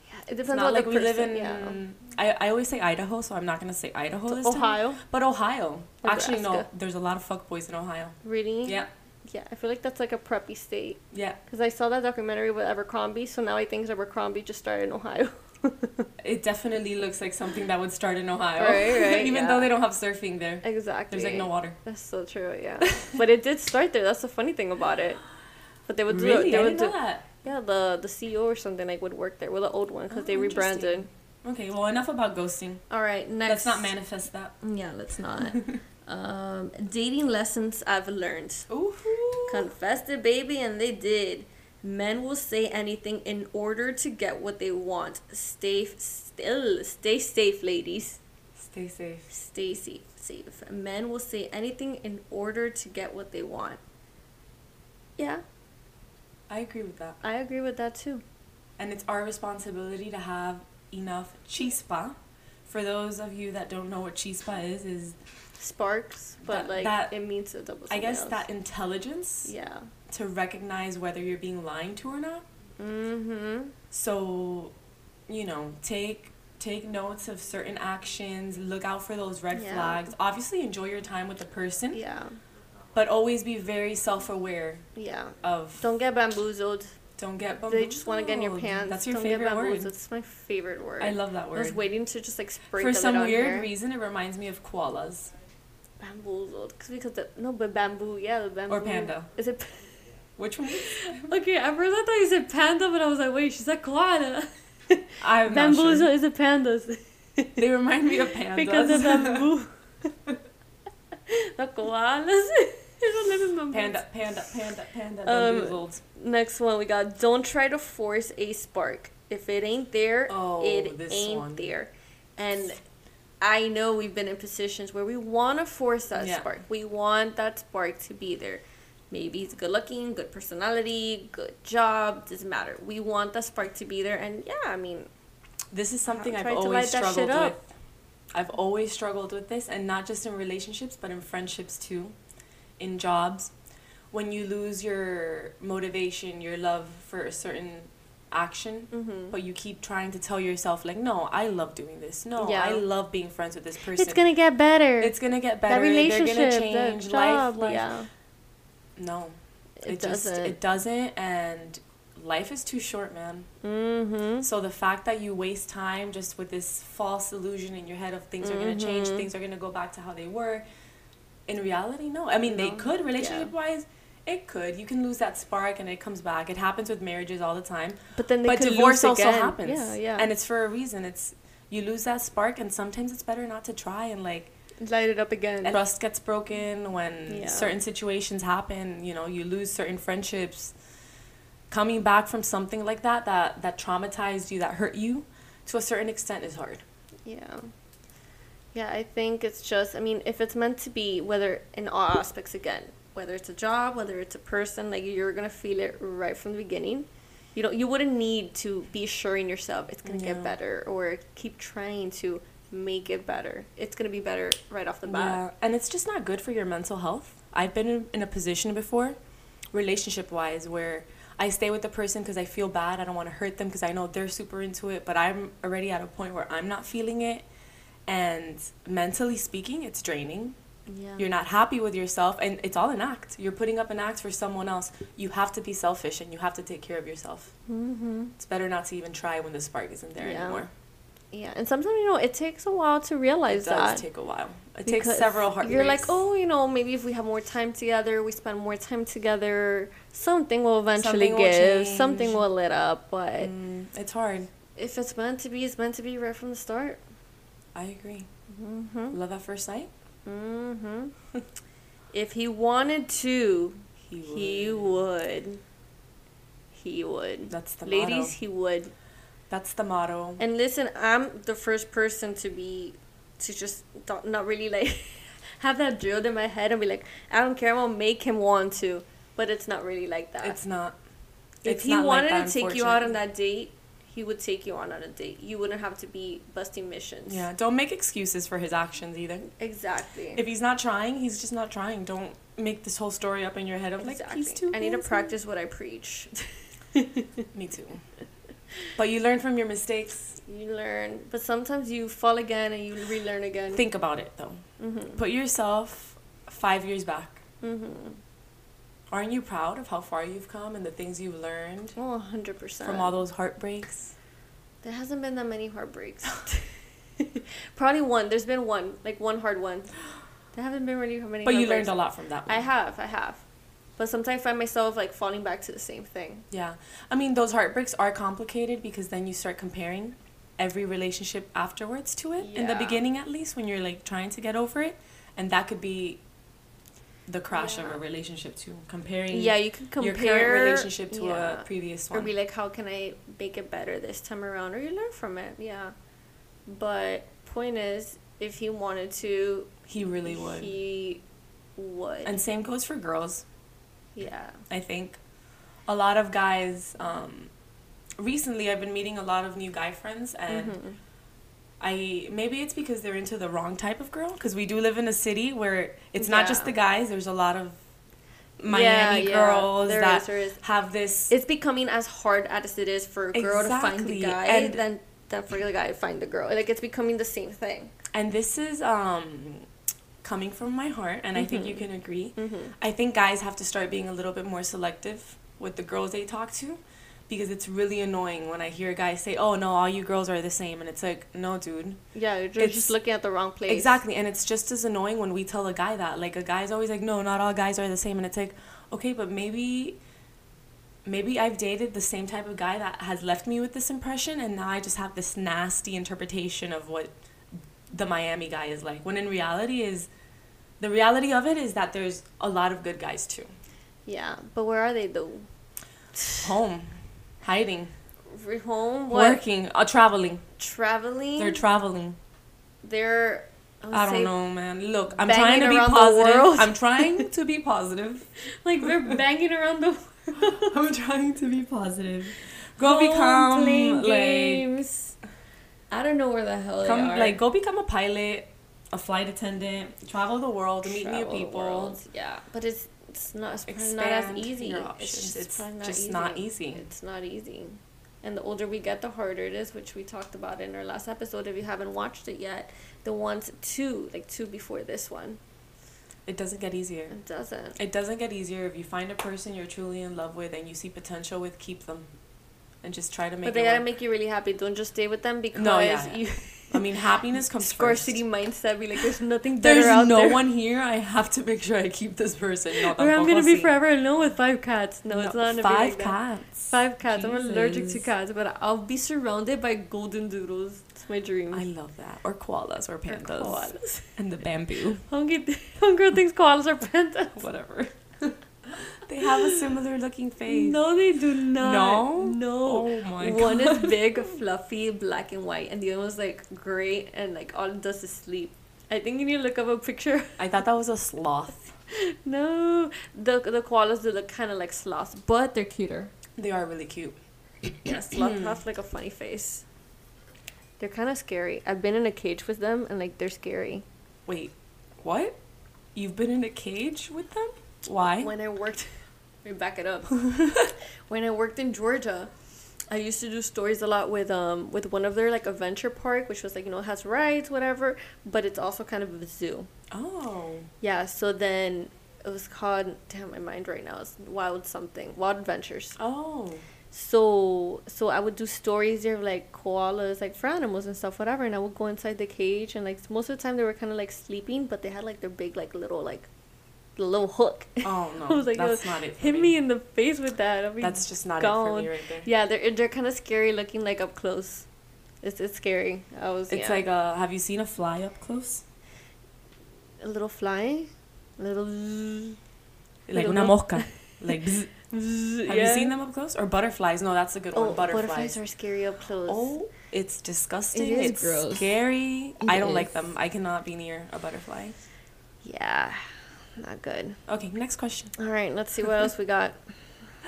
[SPEAKER 1] yeah. It depends
[SPEAKER 2] It's
[SPEAKER 1] on
[SPEAKER 2] not like
[SPEAKER 1] the
[SPEAKER 2] we live
[SPEAKER 1] person,
[SPEAKER 2] in.
[SPEAKER 1] yeah.
[SPEAKER 2] I, I always say Idaho, so I'm not gonna say Idaho this time.
[SPEAKER 1] Ohio,
[SPEAKER 2] But Ohio,
[SPEAKER 1] Or
[SPEAKER 2] actually, no.
[SPEAKER 1] Nebraska.
[SPEAKER 2] There's a lot of fuckboys in Ohio.
[SPEAKER 1] really?
[SPEAKER 2] Yeah,
[SPEAKER 1] yeah. I feel like that's like a preppy state
[SPEAKER 2] yeah.
[SPEAKER 1] because I saw that documentary with Abercrombie, so now I think Abercrombie just started in Ohio.
[SPEAKER 2] It definitely looks like something that would start in Ohio,
[SPEAKER 1] Right, right,
[SPEAKER 2] even
[SPEAKER 1] yeah.
[SPEAKER 2] though they don't have surfing there.
[SPEAKER 1] Exactly.
[SPEAKER 2] There's like no water.
[SPEAKER 1] That's so true. Yeah, but it did start there. That's the funny thing about it. But they would do
[SPEAKER 2] really,
[SPEAKER 1] they
[SPEAKER 2] I
[SPEAKER 1] would
[SPEAKER 2] didn't know
[SPEAKER 1] do,
[SPEAKER 2] that.
[SPEAKER 1] yeah the the CEO or something like would work there. Well, the old one because
[SPEAKER 2] Oh,
[SPEAKER 1] they rebranded.
[SPEAKER 2] interesting. Okay, well, enough about ghosting.
[SPEAKER 1] All right, next.
[SPEAKER 2] Let's
[SPEAKER 1] Mm,
[SPEAKER 2] not manifest that.
[SPEAKER 1] Yeah, let's not. um, dating lessons I've learned.
[SPEAKER 2] Ooh.
[SPEAKER 1] Confessed it, baby, and they did. Men will say anything in order to get what they want. Stay f- still, stay safe, ladies.
[SPEAKER 2] Stay safe.
[SPEAKER 1] Stay safe, safe. Men will say anything in order to get what they want. Yeah,
[SPEAKER 2] I agree with that.
[SPEAKER 1] I agree with that too.
[SPEAKER 2] And it's our responsibility to have enough chispa. For those of you that don't know what chispa is, is
[SPEAKER 1] Sparks, but
[SPEAKER 2] That-
[SPEAKER 1] like
[SPEAKER 2] that-
[SPEAKER 1] it means a double.
[SPEAKER 2] I guess
[SPEAKER 1] else.
[SPEAKER 2] that intelligence
[SPEAKER 1] Yeah.
[SPEAKER 2] to recognize whether you're being lied to or not.
[SPEAKER 1] Mm-hmm.
[SPEAKER 2] So, you know, take take notes of certain actions, look out for those red
[SPEAKER 1] Yeah.
[SPEAKER 2] flags. Obviously enjoy your time with the person,
[SPEAKER 1] Yeah.
[SPEAKER 2] but always be very self-aware
[SPEAKER 1] Yeah.
[SPEAKER 2] of
[SPEAKER 1] Don't get bamboozled.
[SPEAKER 2] don't get
[SPEAKER 1] They just want to get in your
[SPEAKER 2] bamboozled.
[SPEAKER 1] pants.
[SPEAKER 2] That's your
[SPEAKER 1] Don't
[SPEAKER 2] favorite
[SPEAKER 1] get bamboozled.
[SPEAKER 2] word.
[SPEAKER 1] That's my favorite word.
[SPEAKER 2] I love that
[SPEAKER 1] I was
[SPEAKER 2] word.
[SPEAKER 1] waiting to just like spray
[SPEAKER 2] For
[SPEAKER 1] the lid
[SPEAKER 2] some
[SPEAKER 1] on
[SPEAKER 2] weird
[SPEAKER 1] here.
[SPEAKER 2] reason, it reminds me of koalas
[SPEAKER 1] bamboozled 'Cause- because the, no but bamboo yeah the bamboo
[SPEAKER 2] or panda.
[SPEAKER 1] is it
[SPEAKER 2] Which one?
[SPEAKER 1] okay I really thought you said panda but I was like wait she said koala
[SPEAKER 2] I'm
[SPEAKER 1] bamboozled
[SPEAKER 2] not
[SPEAKER 1] is it pandas
[SPEAKER 2] sure. They remind me of pandas.
[SPEAKER 1] because the bamboo the koalas I don't live in bamboo.
[SPEAKER 2] panda, panda, panda, panda,
[SPEAKER 1] Um,
[SPEAKER 2] bamboozled.
[SPEAKER 1] next one we got don't try to force a spark if it ain't there
[SPEAKER 2] Oh,
[SPEAKER 1] it
[SPEAKER 2] this
[SPEAKER 1] ain't
[SPEAKER 2] one.
[SPEAKER 1] there and I know we've been in positions where we want to force that
[SPEAKER 2] Yeah.
[SPEAKER 1] spark. We want that spark to be there. Maybe he's good looking, good personality, good job, doesn't matter. We want that spark to be there. And yeah, I mean,
[SPEAKER 2] This is something
[SPEAKER 1] I'll
[SPEAKER 2] I've
[SPEAKER 1] try to
[SPEAKER 2] always
[SPEAKER 1] light that shit
[SPEAKER 2] struggled with.
[SPEAKER 1] up.
[SPEAKER 2] I've always struggled with this, and not just in relationships, but in friendships too, in jobs. When you lose your motivation, your love for a certain action,
[SPEAKER 1] mm-hmm.
[SPEAKER 2] but you keep trying to tell yourself, like, no, I love doing this. No,
[SPEAKER 1] Yeah.
[SPEAKER 2] I love being friends with this person.
[SPEAKER 3] It's gonna get better.
[SPEAKER 2] It's gonna get better.
[SPEAKER 3] that relationship,
[SPEAKER 2] They're gonna change
[SPEAKER 3] that
[SPEAKER 2] life.
[SPEAKER 3] job,
[SPEAKER 2] life.
[SPEAKER 3] yeah.
[SPEAKER 2] No,
[SPEAKER 1] it,
[SPEAKER 2] it,
[SPEAKER 1] doesn't.
[SPEAKER 2] just it doesn't, and life is too short, man.
[SPEAKER 1] mm-hmm.
[SPEAKER 2] So the fact that you waste time just with this false illusion in your head of things are going to change,
[SPEAKER 1] Mhm.
[SPEAKER 2] things are going to go back to how they were. In reality, no. I mean, they
[SPEAKER 1] No.
[SPEAKER 2] could relationship wise. It could. You can lose that spark and it comes back. It happens with marriages all the time.
[SPEAKER 1] But then they
[SPEAKER 2] but
[SPEAKER 1] could
[SPEAKER 2] divorce
[SPEAKER 1] lose
[SPEAKER 2] also
[SPEAKER 1] again.
[SPEAKER 2] happens.
[SPEAKER 1] Yeah, yeah.
[SPEAKER 2] And it's for a reason. It's you lose that spark and sometimes it's better not to try and like
[SPEAKER 1] light it up again.
[SPEAKER 2] trust gets broken when
[SPEAKER 1] Yeah.
[SPEAKER 2] certain situations happen you know you lose certain friendships coming back from something like that that that traumatized you that hurt you to a certain extent is hard
[SPEAKER 1] Yeah. Yeah, I think it's just, I mean, if it's meant to be, whether in all aspects again, whether it's a job, whether it's a person, like you're going to feel it right from the beginning. You don't, you wouldn't need to be sure in yourself it's going to
[SPEAKER 2] Yeah.
[SPEAKER 1] get better or keep trying to make it better. It's going to be better right off the bat.
[SPEAKER 2] and it's just not good for your mental health i've been in, in a position before relationship wise where i stay with the person because i feel bad i don't want to hurt them because i know they're super into it but i'm already at a point where i'm not feeling it and mentally speaking it's draining
[SPEAKER 1] Yeah.
[SPEAKER 2] You're not happy with yourself, and it's all an act. You're putting up an act for someone else. You have to be selfish and you have to take care of yourself.
[SPEAKER 1] mm-hmm.
[SPEAKER 2] It's better not to even try when the spark isn't there
[SPEAKER 1] Yeah.
[SPEAKER 2] anymore.
[SPEAKER 1] Yeah, and sometimes you know it takes a while to
[SPEAKER 2] It
[SPEAKER 1] realize
[SPEAKER 2] does
[SPEAKER 1] that.
[SPEAKER 2] take a while. It takes
[SPEAKER 1] because
[SPEAKER 2] several heartbreaks.
[SPEAKER 1] You're like, oh, you know, maybe if we have more time together, we spend more time together, something will eventually
[SPEAKER 2] Something will
[SPEAKER 1] give,
[SPEAKER 2] change.
[SPEAKER 1] something will lit up. But
[SPEAKER 2] Mm, it's hard.
[SPEAKER 1] if it's meant to be, it's meant to be right from the start.
[SPEAKER 2] I agree.
[SPEAKER 1] Mm-hmm.
[SPEAKER 2] Love at first sight.
[SPEAKER 1] Mm-hmm. if he wanted to,
[SPEAKER 2] He
[SPEAKER 1] he would. He would.
[SPEAKER 2] That's the
[SPEAKER 1] Ladies,
[SPEAKER 2] motto.
[SPEAKER 1] he would.
[SPEAKER 2] That's the motto.
[SPEAKER 1] And listen, I'm the first person to be, to just don't- not really like have that drilled in my head and be like, I don't care, I'm gonna make him want to. But it's not really like that.
[SPEAKER 2] It's not.
[SPEAKER 1] if
[SPEAKER 2] it's
[SPEAKER 1] he
[SPEAKER 2] not like
[SPEAKER 1] wanted
[SPEAKER 2] that,
[SPEAKER 1] to take you out on
[SPEAKER 2] unfortunately.
[SPEAKER 1] that date, he would take you on on a date. You wouldn't have to be busting missions.
[SPEAKER 2] Yeah, don't make excuses for his actions either.
[SPEAKER 1] Exactly.
[SPEAKER 2] If he's not trying, he's just not trying. Don't make this whole story up in your head of like
[SPEAKER 1] exactly.
[SPEAKER 2] he's too.
[SPEAKER 1] I need to
[SPEAKER 2] handsome.
[SPEAKER 1] practice what I preach.
[SPEAKER 2] Me too. But you learn from your mistakes.
[SPEAKER 1] you learn, but sometimes you fall again and you relearn again.
[SPEAKER 2] Think about it though.
[SPEAKER 1] Mm-hmm.
[SPEAKER 2] Put yourself five years back.
[SPEAKER 1] Mm-hmm.
[SPEAKER 2] Aren't you proud of how far you've come and the things you've learned
[SPEAKER 1] Oh, 100%.
[SPEAKER 2] from all those heartbreaks?
[SPEAKER 1] There hasn't been that many heartbreaks. Probably one. There's been one, like one hard one. There haven't been really many.
[SPEAKER 2] But you
[SPEAKER 1] heartbreaks.
[SPEAKER 2] learned a lot from that one.
[SPEAKER 1] I have, I have. But sometimes I find myself like falling back to the same thing.
[SPEAKER 2] Yeah. I mean, those heartbreaks are complicated because then you start comparing every relationship afterwards to it, in the
[SPEAKER 1] Yeah.
[SPEAKER 2] beginning at least, when you're like trying to get over it. And that could be the crash of
[SPEAKER 1] Yeah.
[SPEAKER 2] a relationship too. Comparing
[SPEAKER 1] Yeah, you can compare
[SPEAKER 2] your current relationship to
[SPEAKER 1] yeah.
[SPEAKER 2] a previous
[SPEAKER 1] or
[SPEAKER 2] one.
[SPEAKER 1] be like, how can I make it better this time around? Or you learn from it, yeah. But point is, if he wanted to,
[SPEAKER 2] he really would.
[SPEAKER 1] He would.
[SPEAKER 2] And same goes for girls.
[SPEAKER 1] yeah.
[SPEAKER 2] I think a lot of guys. Um, recently, I've been meeting a lot of new guy friends, and
[SPEAKER 1] Mhm.
[SPEAKER 2] I maybe it's because they're into the wrong type of girl. Because we do live in a city where it's not just
[SPEAKER 1] Yeah.
[SPEAKER 2] the guys. There's a lot of
[SPEAKER 1] Yeah,
[SPEAKER 2] Miami
[SPEAKER 1] yeah,
[SPEAKER 2] girls
[SPEAKER 1] there
[SPEAKER 2] that
[SPEAKER 1] is, there is.
[SPEAKER 2] have this.
[SPEAKER 1] It's becoming as hard as it is for a girl to find the
[SPEAKER 2] Exactly,
[SPEAKER 1] guy
[SPEAKER 2] and-
[SPEAKER 1] than than for the guy to find the girl. Like it's becoming the same thing.
[SPEAKER 2] and this is um, coming from my heart, and I think you
[SPEAKER 1] Mhm.
[SPEAKER 2] can agree.
[SPEAKER 1] Mm-hmm.
[SPEAKER 2] I think guys have to start being a little bit more selective with the girls they talk to because it's really annoying when I hear guys say, "Oh no, all you girls are the same." And it's like, "No, dude.
[SPEAKER 1] Yeah, you're
[SPEAKER 2] It's-
[SPEAKER 1] just looking at the wrong place.
[SPEAKER 2] Exactly, and it's just as annoying when we tell a guy that. Like a guy's always like, "No, not all guys are the same," and it's like, "Okay, but maybe, maybe I've dated the same type of guy that has left me with this impression, and now I just have this nasty interpretation of what the Miami guy is like. When in reality is, the reality of it is that there's a lot of good guys too.
[SPEAKER 1] Yeah, but where are they though?
[SPEAKER 2] Home, hiding,
[SPEAKER 1] Re- Home, what?
[SPEAKER 2] working, uh, traveling.
[SPEAKER 1] Traveling.
[SPEAKER 2] They're traveling.
[SPEAKER 1] they're I, would
[SPEAKER 2] I don't
[SPEAKER 1] say,
[SPEAKER 2] know, man. Look, I'm
[SPEAKER 1] banging
[SPEAKER 2] trying to be
[SPEAKER 1] around the
[SPEAKER 2] positive.
[SPEAKER 1] world.
[SPEAKER 2] I'm trying to be positive.
[SPEAKER 1] Like they're banging around the
[SPEAKER 2] I'm trying to be positive. Go
[SPEAKER 1] Go
[SPEAKER 2] become
[SPEAKER 1] playing
[SPEAKER 2] like
[SPEAKER 1] games. I don't know where the hell they
[SPEAKER 2] come
[SPEAKER 1] are.
[SPEAKER 2] like go become a pilot, a flight attendant, travel the world, meet
[SPEAKER 1] Travel
[SPEAKER 2] new
[SPEAKER 1] the
[SPEAKER 2] people.
[SPEAKER 1] world, Yeah, but it's it's not it's probably
[SPEAKER 2] Expand
[SPEAKER 1] not as easy.
[SPEAKER 2] your
[SPEAKER 1] It's
[SPEAKER 2] options. It's
[SPEAKER 1] just, probably not,
[SPEAKER 2] just
[SPEAKER 1] easy.
[SPEAKER 2] not easy.
[SPEAKER 1] It's not easy. And the older we get, the harder it is, which we talked about in our last episode. If you haven't watched it yet, the ones two, like two before this one,
[SPEAKER 2] It doesn't get easier.
[SPEAKER 1] it doesn't.
[SPEAKER 2] It doesn't get easier if you find a person you're truly in love with and you see potential with, keep them, and just try to make.
[SPEAKER 1] but they
[SPEAKER 2] it
[SPEAKER 1] gotta
[SPEAKER 2] work.
[SPEAKER 1] make you really happy. Don't just stay with them because
[SPEAKER 2] yeah,
[SPEAKER 1] you
[SPEAKER 2] I mean, happiness comes
[SPEAKER 1] scarcity
[SPEAKER 2] first.
[SPEAKER 1] mindset. Be like, there's nothing better
[SPEAKER 2] There's
[SPEAKER 1] out
[SPEAKER 2] no
[SPEAKER 1] there.
[SPEAKER 2] one here. I have to make sure I keep this person. No,
[SPEAKER 1] Or I'm
[SPEAKER 2] tampoco
[SPEAKER 1] gonna be
[SPEAKER 2] así.
[SPEAKER 1] forever alone with five cats. No, it's not gonna
[SPEAKER 2] five
[SPEAKER 1] be like that.
[SPEAKER 2] cats.
[SPEAKER 1] Five cats. I'm allergic to
[SPEAKER 2] Jesus.
[SPEAKER 1] cats, but I'll be surrounded by golden doodles. It's my dream.
[SPEAKER 2] I love that. Or koalas or pandas.
[SPEAKER 1] koalas.
[SPEAKER 2] And the bamboo.
[SPEAKER 1] Hungry, hungry thinks koalas are pandas.
[SPEAKER 2] Whatever. they have a similar looking face.
[SPEAKER 1] No, they do not.
[SPEAKER 2] No?
[SPEAKER 1] no.
[SPEAKER 2] Oh my god.
[SPEAKER 1] One is big, fluffy, black and white, and the other one's like gray and like all it does is sleep. I think you need to look up a picture.
[SPEAKER 2] I thought that was a sloth.
[SPEAKER 1] No, the the koalas they look kind of like sloths, but they're cuter.
[SPEAKER 2] They are really cute.
[SPEAKER 1] Yeah, sloths have like a funny face. They're kind of scary. I've been in a cage with them, and like they're scary.
[SPEAKER 2] Wait, what? You've been in a cage with them? Why?
[SPEAKER 1] when I worked, let me back it up. when I worked in Georgia, I used to do stories a lot with um with one of their like adventure park, which was like you know has rides whatever, but it's also kind of a zoo.
[SPEAKER 2] oh.
[SPEAKER 1] Yeah. So then it was called damn my mind right now it's wild something wild adventures.
[SPEAKER 2] Oh.
[SPEAKER 1] So so I would do stories there of like koalas like for animals and stuff whatever, and I would go inside the cage and like most of the time they were kind of like sleeping, but they had like their big like little like little hook.
[SPEAKER 2] Oh no.
[SPEAKER 1] I was like,
[SPEAKER 2] That's not it. For
[SPEAKER 1] Hit me in the face with that. I'll be
[SPEAKER 2] That's just not it for
[SPEAKER 1] gone.
[SPEAKER 2] me right there.
[SPEAKER 1] Yeah, they're they're kind of scary looking, like up close. It's it's scary. I was.
[SPEAKER 2] It's
[SPEAKER 1] yeah.
[SPEAKER 2] like a. Have you seen a fly up close?
[SPEAKER 1] a little fly, a little. Zzz,
[SPEAKER 2] Like
[SPEAKER 1] Little
[SPEAKER 2] una
[SPEAKER 1] mo-
[SPEAKER 2] mosca. Like. bzz.
[SPEAKER 1] zzz,
[SPEAKER 2] Have you
[SPEAKER 1] yeah.
[SPEAKER 2] seen them up close? Or butterflies? No, that's a good
[SPEAKER 1] Oh,
[SPEAKER 2] one. Butterflies.
[SPEAKER 1] butterflies are scary up close.
[SPEAKER 2] Oh, it's disgusting.
[SPEAKER 1] It is
[SPEAKER 2] it's
[SPEAKER 1] gross.
[SPEAKER 2] scary.
[SPEAKER 1] It
[SPEAKER 2] I don't like
[SPEAKER 1] is.
[SPEAKER 2] them. I cannot be near a butterfly.
[SPEAKER 1] yeah, not good.
[SPEAKER 2] Okay, next question.
[SPEAKER 1] All right, let's see what else we got.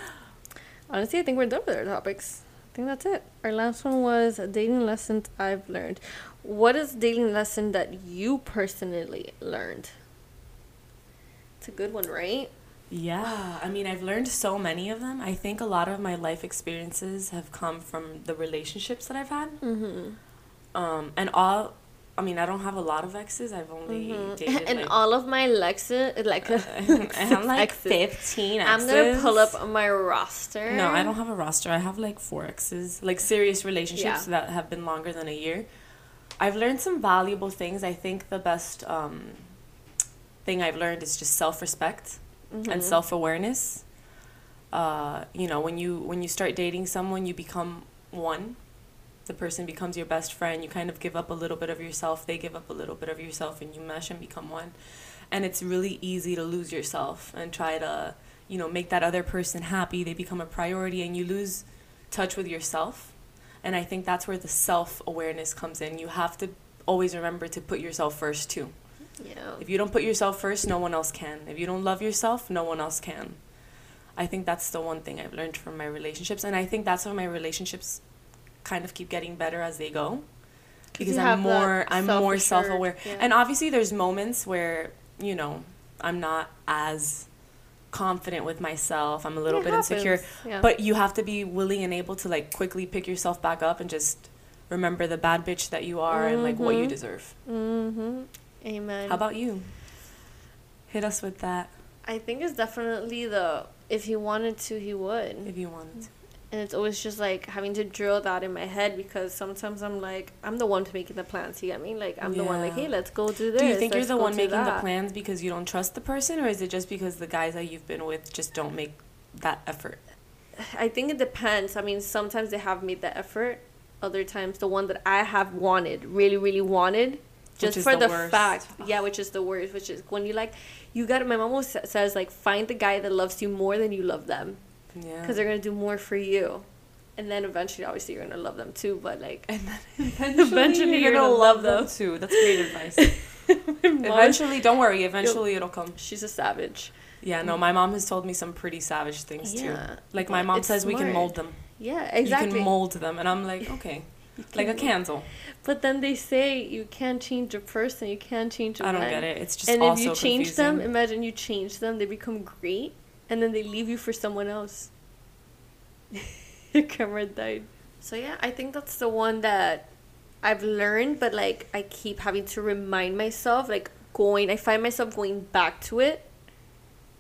[SPEAKER 1] Honestly, I think we're done with our topics. I think that's it. Our last one was dating lessons I've learned. What is dating lesson that you personally learned? It's a good one, right?
[SPEAKER 2] Yeah, Ah, I mean, I've learned so many of them. I think a lot of my life experiences have come from the relationships that I've had.
[SPEAKER 1] Mm-hmm.
[SPEAKER 2] Um, and all, I mean, I don't have a lot of exes. I've only dated
[SPEAKER 1] Mm-hmm. And
[SPEAKER 2] like,
[SPEAKER 1] all of my Lexus, like,
[SPEAKER 2] I have like
[SPEAKER 1] exes.
[SPEAKER 2] 15
[SPEAKER 1] I'm
[SPEAKER 2] exes.
[SPEAKER 1] gonna pull up my roster.
[SPEAKER 2] No, I don't have a roster. I have like four exes, like serious relationships that have been longer than a year. I've learned some valuable things. I think the best um, thing I've learned is just self respect
[SPEAKER 1] Mm-hmm.
[SPEAKER 2] and self awareness. Uh, you know, when you when you start dating someone, you become one. The person becomes your best friend. You kind of give up a little bit of yourself. They give up a little bit of yourself, and you mesh and become one. And it's really easy to lose yourself and try to you know make that other person happy they become a priority and you lose touch with yourself and i think that's where the self-awareness comes in you have to always remember to put yourself first too
[SPEAKER 1] Yeah.
[SPEAKER 2] if you don't put yourself first no one else can if you don't love yourself no one else can i think that's the one thing i've learned from my relationships and i think that's why my relationships kind of keep getting better as they go because
[SPEAKER 1] you
[SPEAKER 2] i'm
[SPEAKER 1] have that
[SPEAKER 2] more i'm more
[SPEAKER 1] self-assured-
[SPEAKER 2] self-aware
[SPEAKER 1] yeah.
[SPEAKER 2] and obviously there's moments where you know i'm not as confident with myself i'm a little
[SPEAKER 1] It
[SPEAKER 2] bit insecure
[SPEAKER 1] happens, Yeah.
[SPEAKER 2] but you have to be willing and able to like quickly pick yourself back up and just remember the bad bitch that you are and like what you
[SPEAKER 1] Mhm.
[SPEAKER 2] deserve
[SPEAKER 1] hmm Amen.
[SPEAKER 2] how about you hit us with that
[SPEAKER 1] I think it's definitely the if he wanted to, he would.
[SPEAKER 2] if you want to.
[SPEAKER 1] And it's always just like having to drill that in my head because sometimes I'm like, I'm the one to making the plans. You get me? Like, I'm the one like,
[SPEAKER 2] Yeah.
[SPEAKER 1] hey, let's go do this.
[SPEAKER 2] do you think you're
[SPEAKER 1] let's
[SPEAKER 2] the
[SPEAKER 1] go
[SPEAKER 2] one
[SPEAKER 1] do
[SPEAKER 2] making the
[SPEAKER 1] that."
[SPEAKER 2] plans because you don't trust the person or is it just because the guys that you've been with just don't make that effort
[SPEAKER 1] I think it depends. I mean, sometimes they have made the effort. Other times, the one that I have wanted, really, really wanted, just
[SPEAKER 2] is
[SPEAKER 1] for
[SPEAKER 2] the
[SPEAKER 1] the,
[SPEAKER 2] worst. Uh-huh.
[SPEAKER 1] fact, yeah, which is the worst. Which is when you like, you got. My mom always sa- says like, find the guy that loves you more than you love them,
[SPEAKER 2] yeah
[SPEAKER 1] because they're gonna do more for you. and then eventually, obviously, you're gonna love them too. But like,
[SPEAKER 2] And then eventually,
[SPEAKER 1] Eventually you're gonna love them.
[SPEAKER 2] too. That's great advice.
[SPEAKER 1] Mom,
[SPEAKER 2] eventually, don't worry. Eventually, it'll come.
[SPEAKER 1] she's a savage.
[SPEAKER 2] Yeah,
[SPEAKER 1] Mm.
[SPEAKER 2] no, my mom has told me some pretty savage things too. Like my
[SPEAKER 1] but
[SPEAKER 2] mom
[SPEAKER 1] it's
[SPEAKER 2] says, we can
[SPEAKER 1] smart.
[SPEAKER 2] mold them.
[SPEAKER 1] Yeah,
[SPEAKER 2] You
[SPEAKER 1] exactly.
[SPEAKER 2] can mold them, and I'm like, okay, like a candle.
[SPEAKER 1] But then they say you can't change a person, you can't change a
[SPEAKER 2] I don't
[SPEAKER 1] man.
[SPEAKER 2] get it. It's just
[SPEAKER 1] and if
[SPEAKER 2] also
[SPEAKER 1] you change them,
[SPEAKER 2] confusing.
[SPEAKER 1] imagine you change them, they become great, and then they leave you for someone else. Your camera died. So yeah, I think that's the one that I've learned, but like I keep having to remind myself, like going. I find myself going back to it,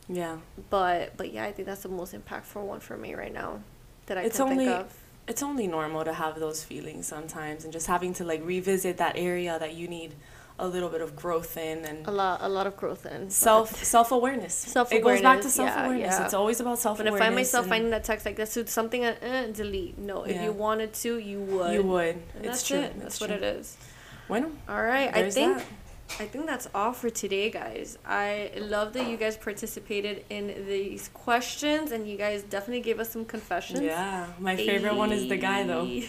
[SPEAKER 2] Yeah,
[SPEAKER 1] but but yeah, I think that's the most impactful one for me right now that I
[SPEAKER 2] It's
[SPEAKER 1] can
[SPEAKER 2] only-
[SPEAKER 1] think of.
[SPEAKER 2] it's only normal to have those feelings sometimes, and just having to like revisit that area that you need a little bit of growth in
[SPEAKER 1] A
[SPEAKER 2] and
[SPEAKER 1] lot, a lot of growth in
[SPEAKER 2] self self awareness. It goes back to
[SPEAKER 1] Self-awareness, yeah,
[SPEAKER 2] self awareness.
[SPEAKER 1] yeah.
[SPEAKER 2] It's always about self
[SPEAKER 1] When I
[SPEAKER 2] awareness.
[SPEAKER 1] find myself finding that text like this suits something, uh, uh, delete. No, if
[SPEAKER 2] Yeah.
[SPEAKER 1] you wanted to, you would.
[SPEAKER 2] you would.
[SPEAKER 1] And
[SPEAKER 2] it's
[SPEAKER 1] that's
[SPEAKER 2] true.
[SPEAKER 1] it. That's what it is.
[SPEAKER 2] Bueno,
[SPEAKER 1] All right.
[SPEAKER 2] there's
[SPEAKER 1] I think
[SPEAKER 2] that.
[SPEAKER 1] I think that's all for today, guys. I love that you guys participated in these questions, and you guys definitely gave us some confessions.
[SPEAKER 2] Yeah, my favorite one is the guy though.
[SPEAKER 1] Ayy.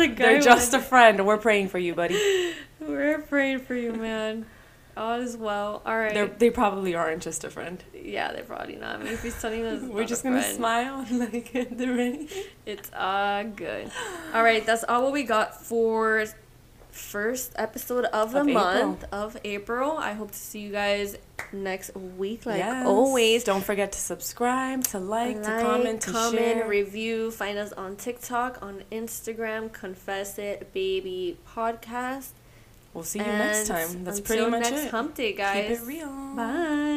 [SPEAKER 1] the guy.
[SPEAKER 2] They're just
[SPEAKER 1] one.
[SPEAKER 2] a friend. We're praying for you, buddy.
[SPEAKER 1] We're praying for you, man. All is well. All right.
[SPEAKER 2] They're, they probably aren't just a friend.
[SPEAKER 1] yeah, they're probably not. I mean, if he's telling us,
[SPEAKER 2] We're
[SPEAKER 1] not
[SPEAKER 2] just
[SPEAKER 1] a
[SPEAKER 2] gonna
[SPEAKER 1] friend.
[SPEAKER 2] smile and like at the rain.
[SPEAKER 1] It's uh good. All right, that's all what we got for first episode of the
[SPEAKER 2] Of April.
[SPEAKER 1] month of April. I hope to see you guys next week like
[SPEAKER 2] Yes.
[SPEAKER 1] always.
[SPEAKER 2] Don't forget to subscribe, to like, to comment, to
[SPEAKER 1] comment,
[SPEAKER 2] share.
[SPEAKER 1] review. Find us on TikTok, on Instagram, Confess It Baby Podcast.
[SPEAKER 2] we'll see you
[SPEAKER 1] And
[SPEAKER 2] next time. That's pretty
[SPEAKER 1] until
[SPEAKER 2] much
[SPEAKER 1] next
[SPEAKER 2] it.
[SPEAKER 1] hump day, guys.
[SPEAKER 2] Keep it real.
[SPEAKER 1] Bye.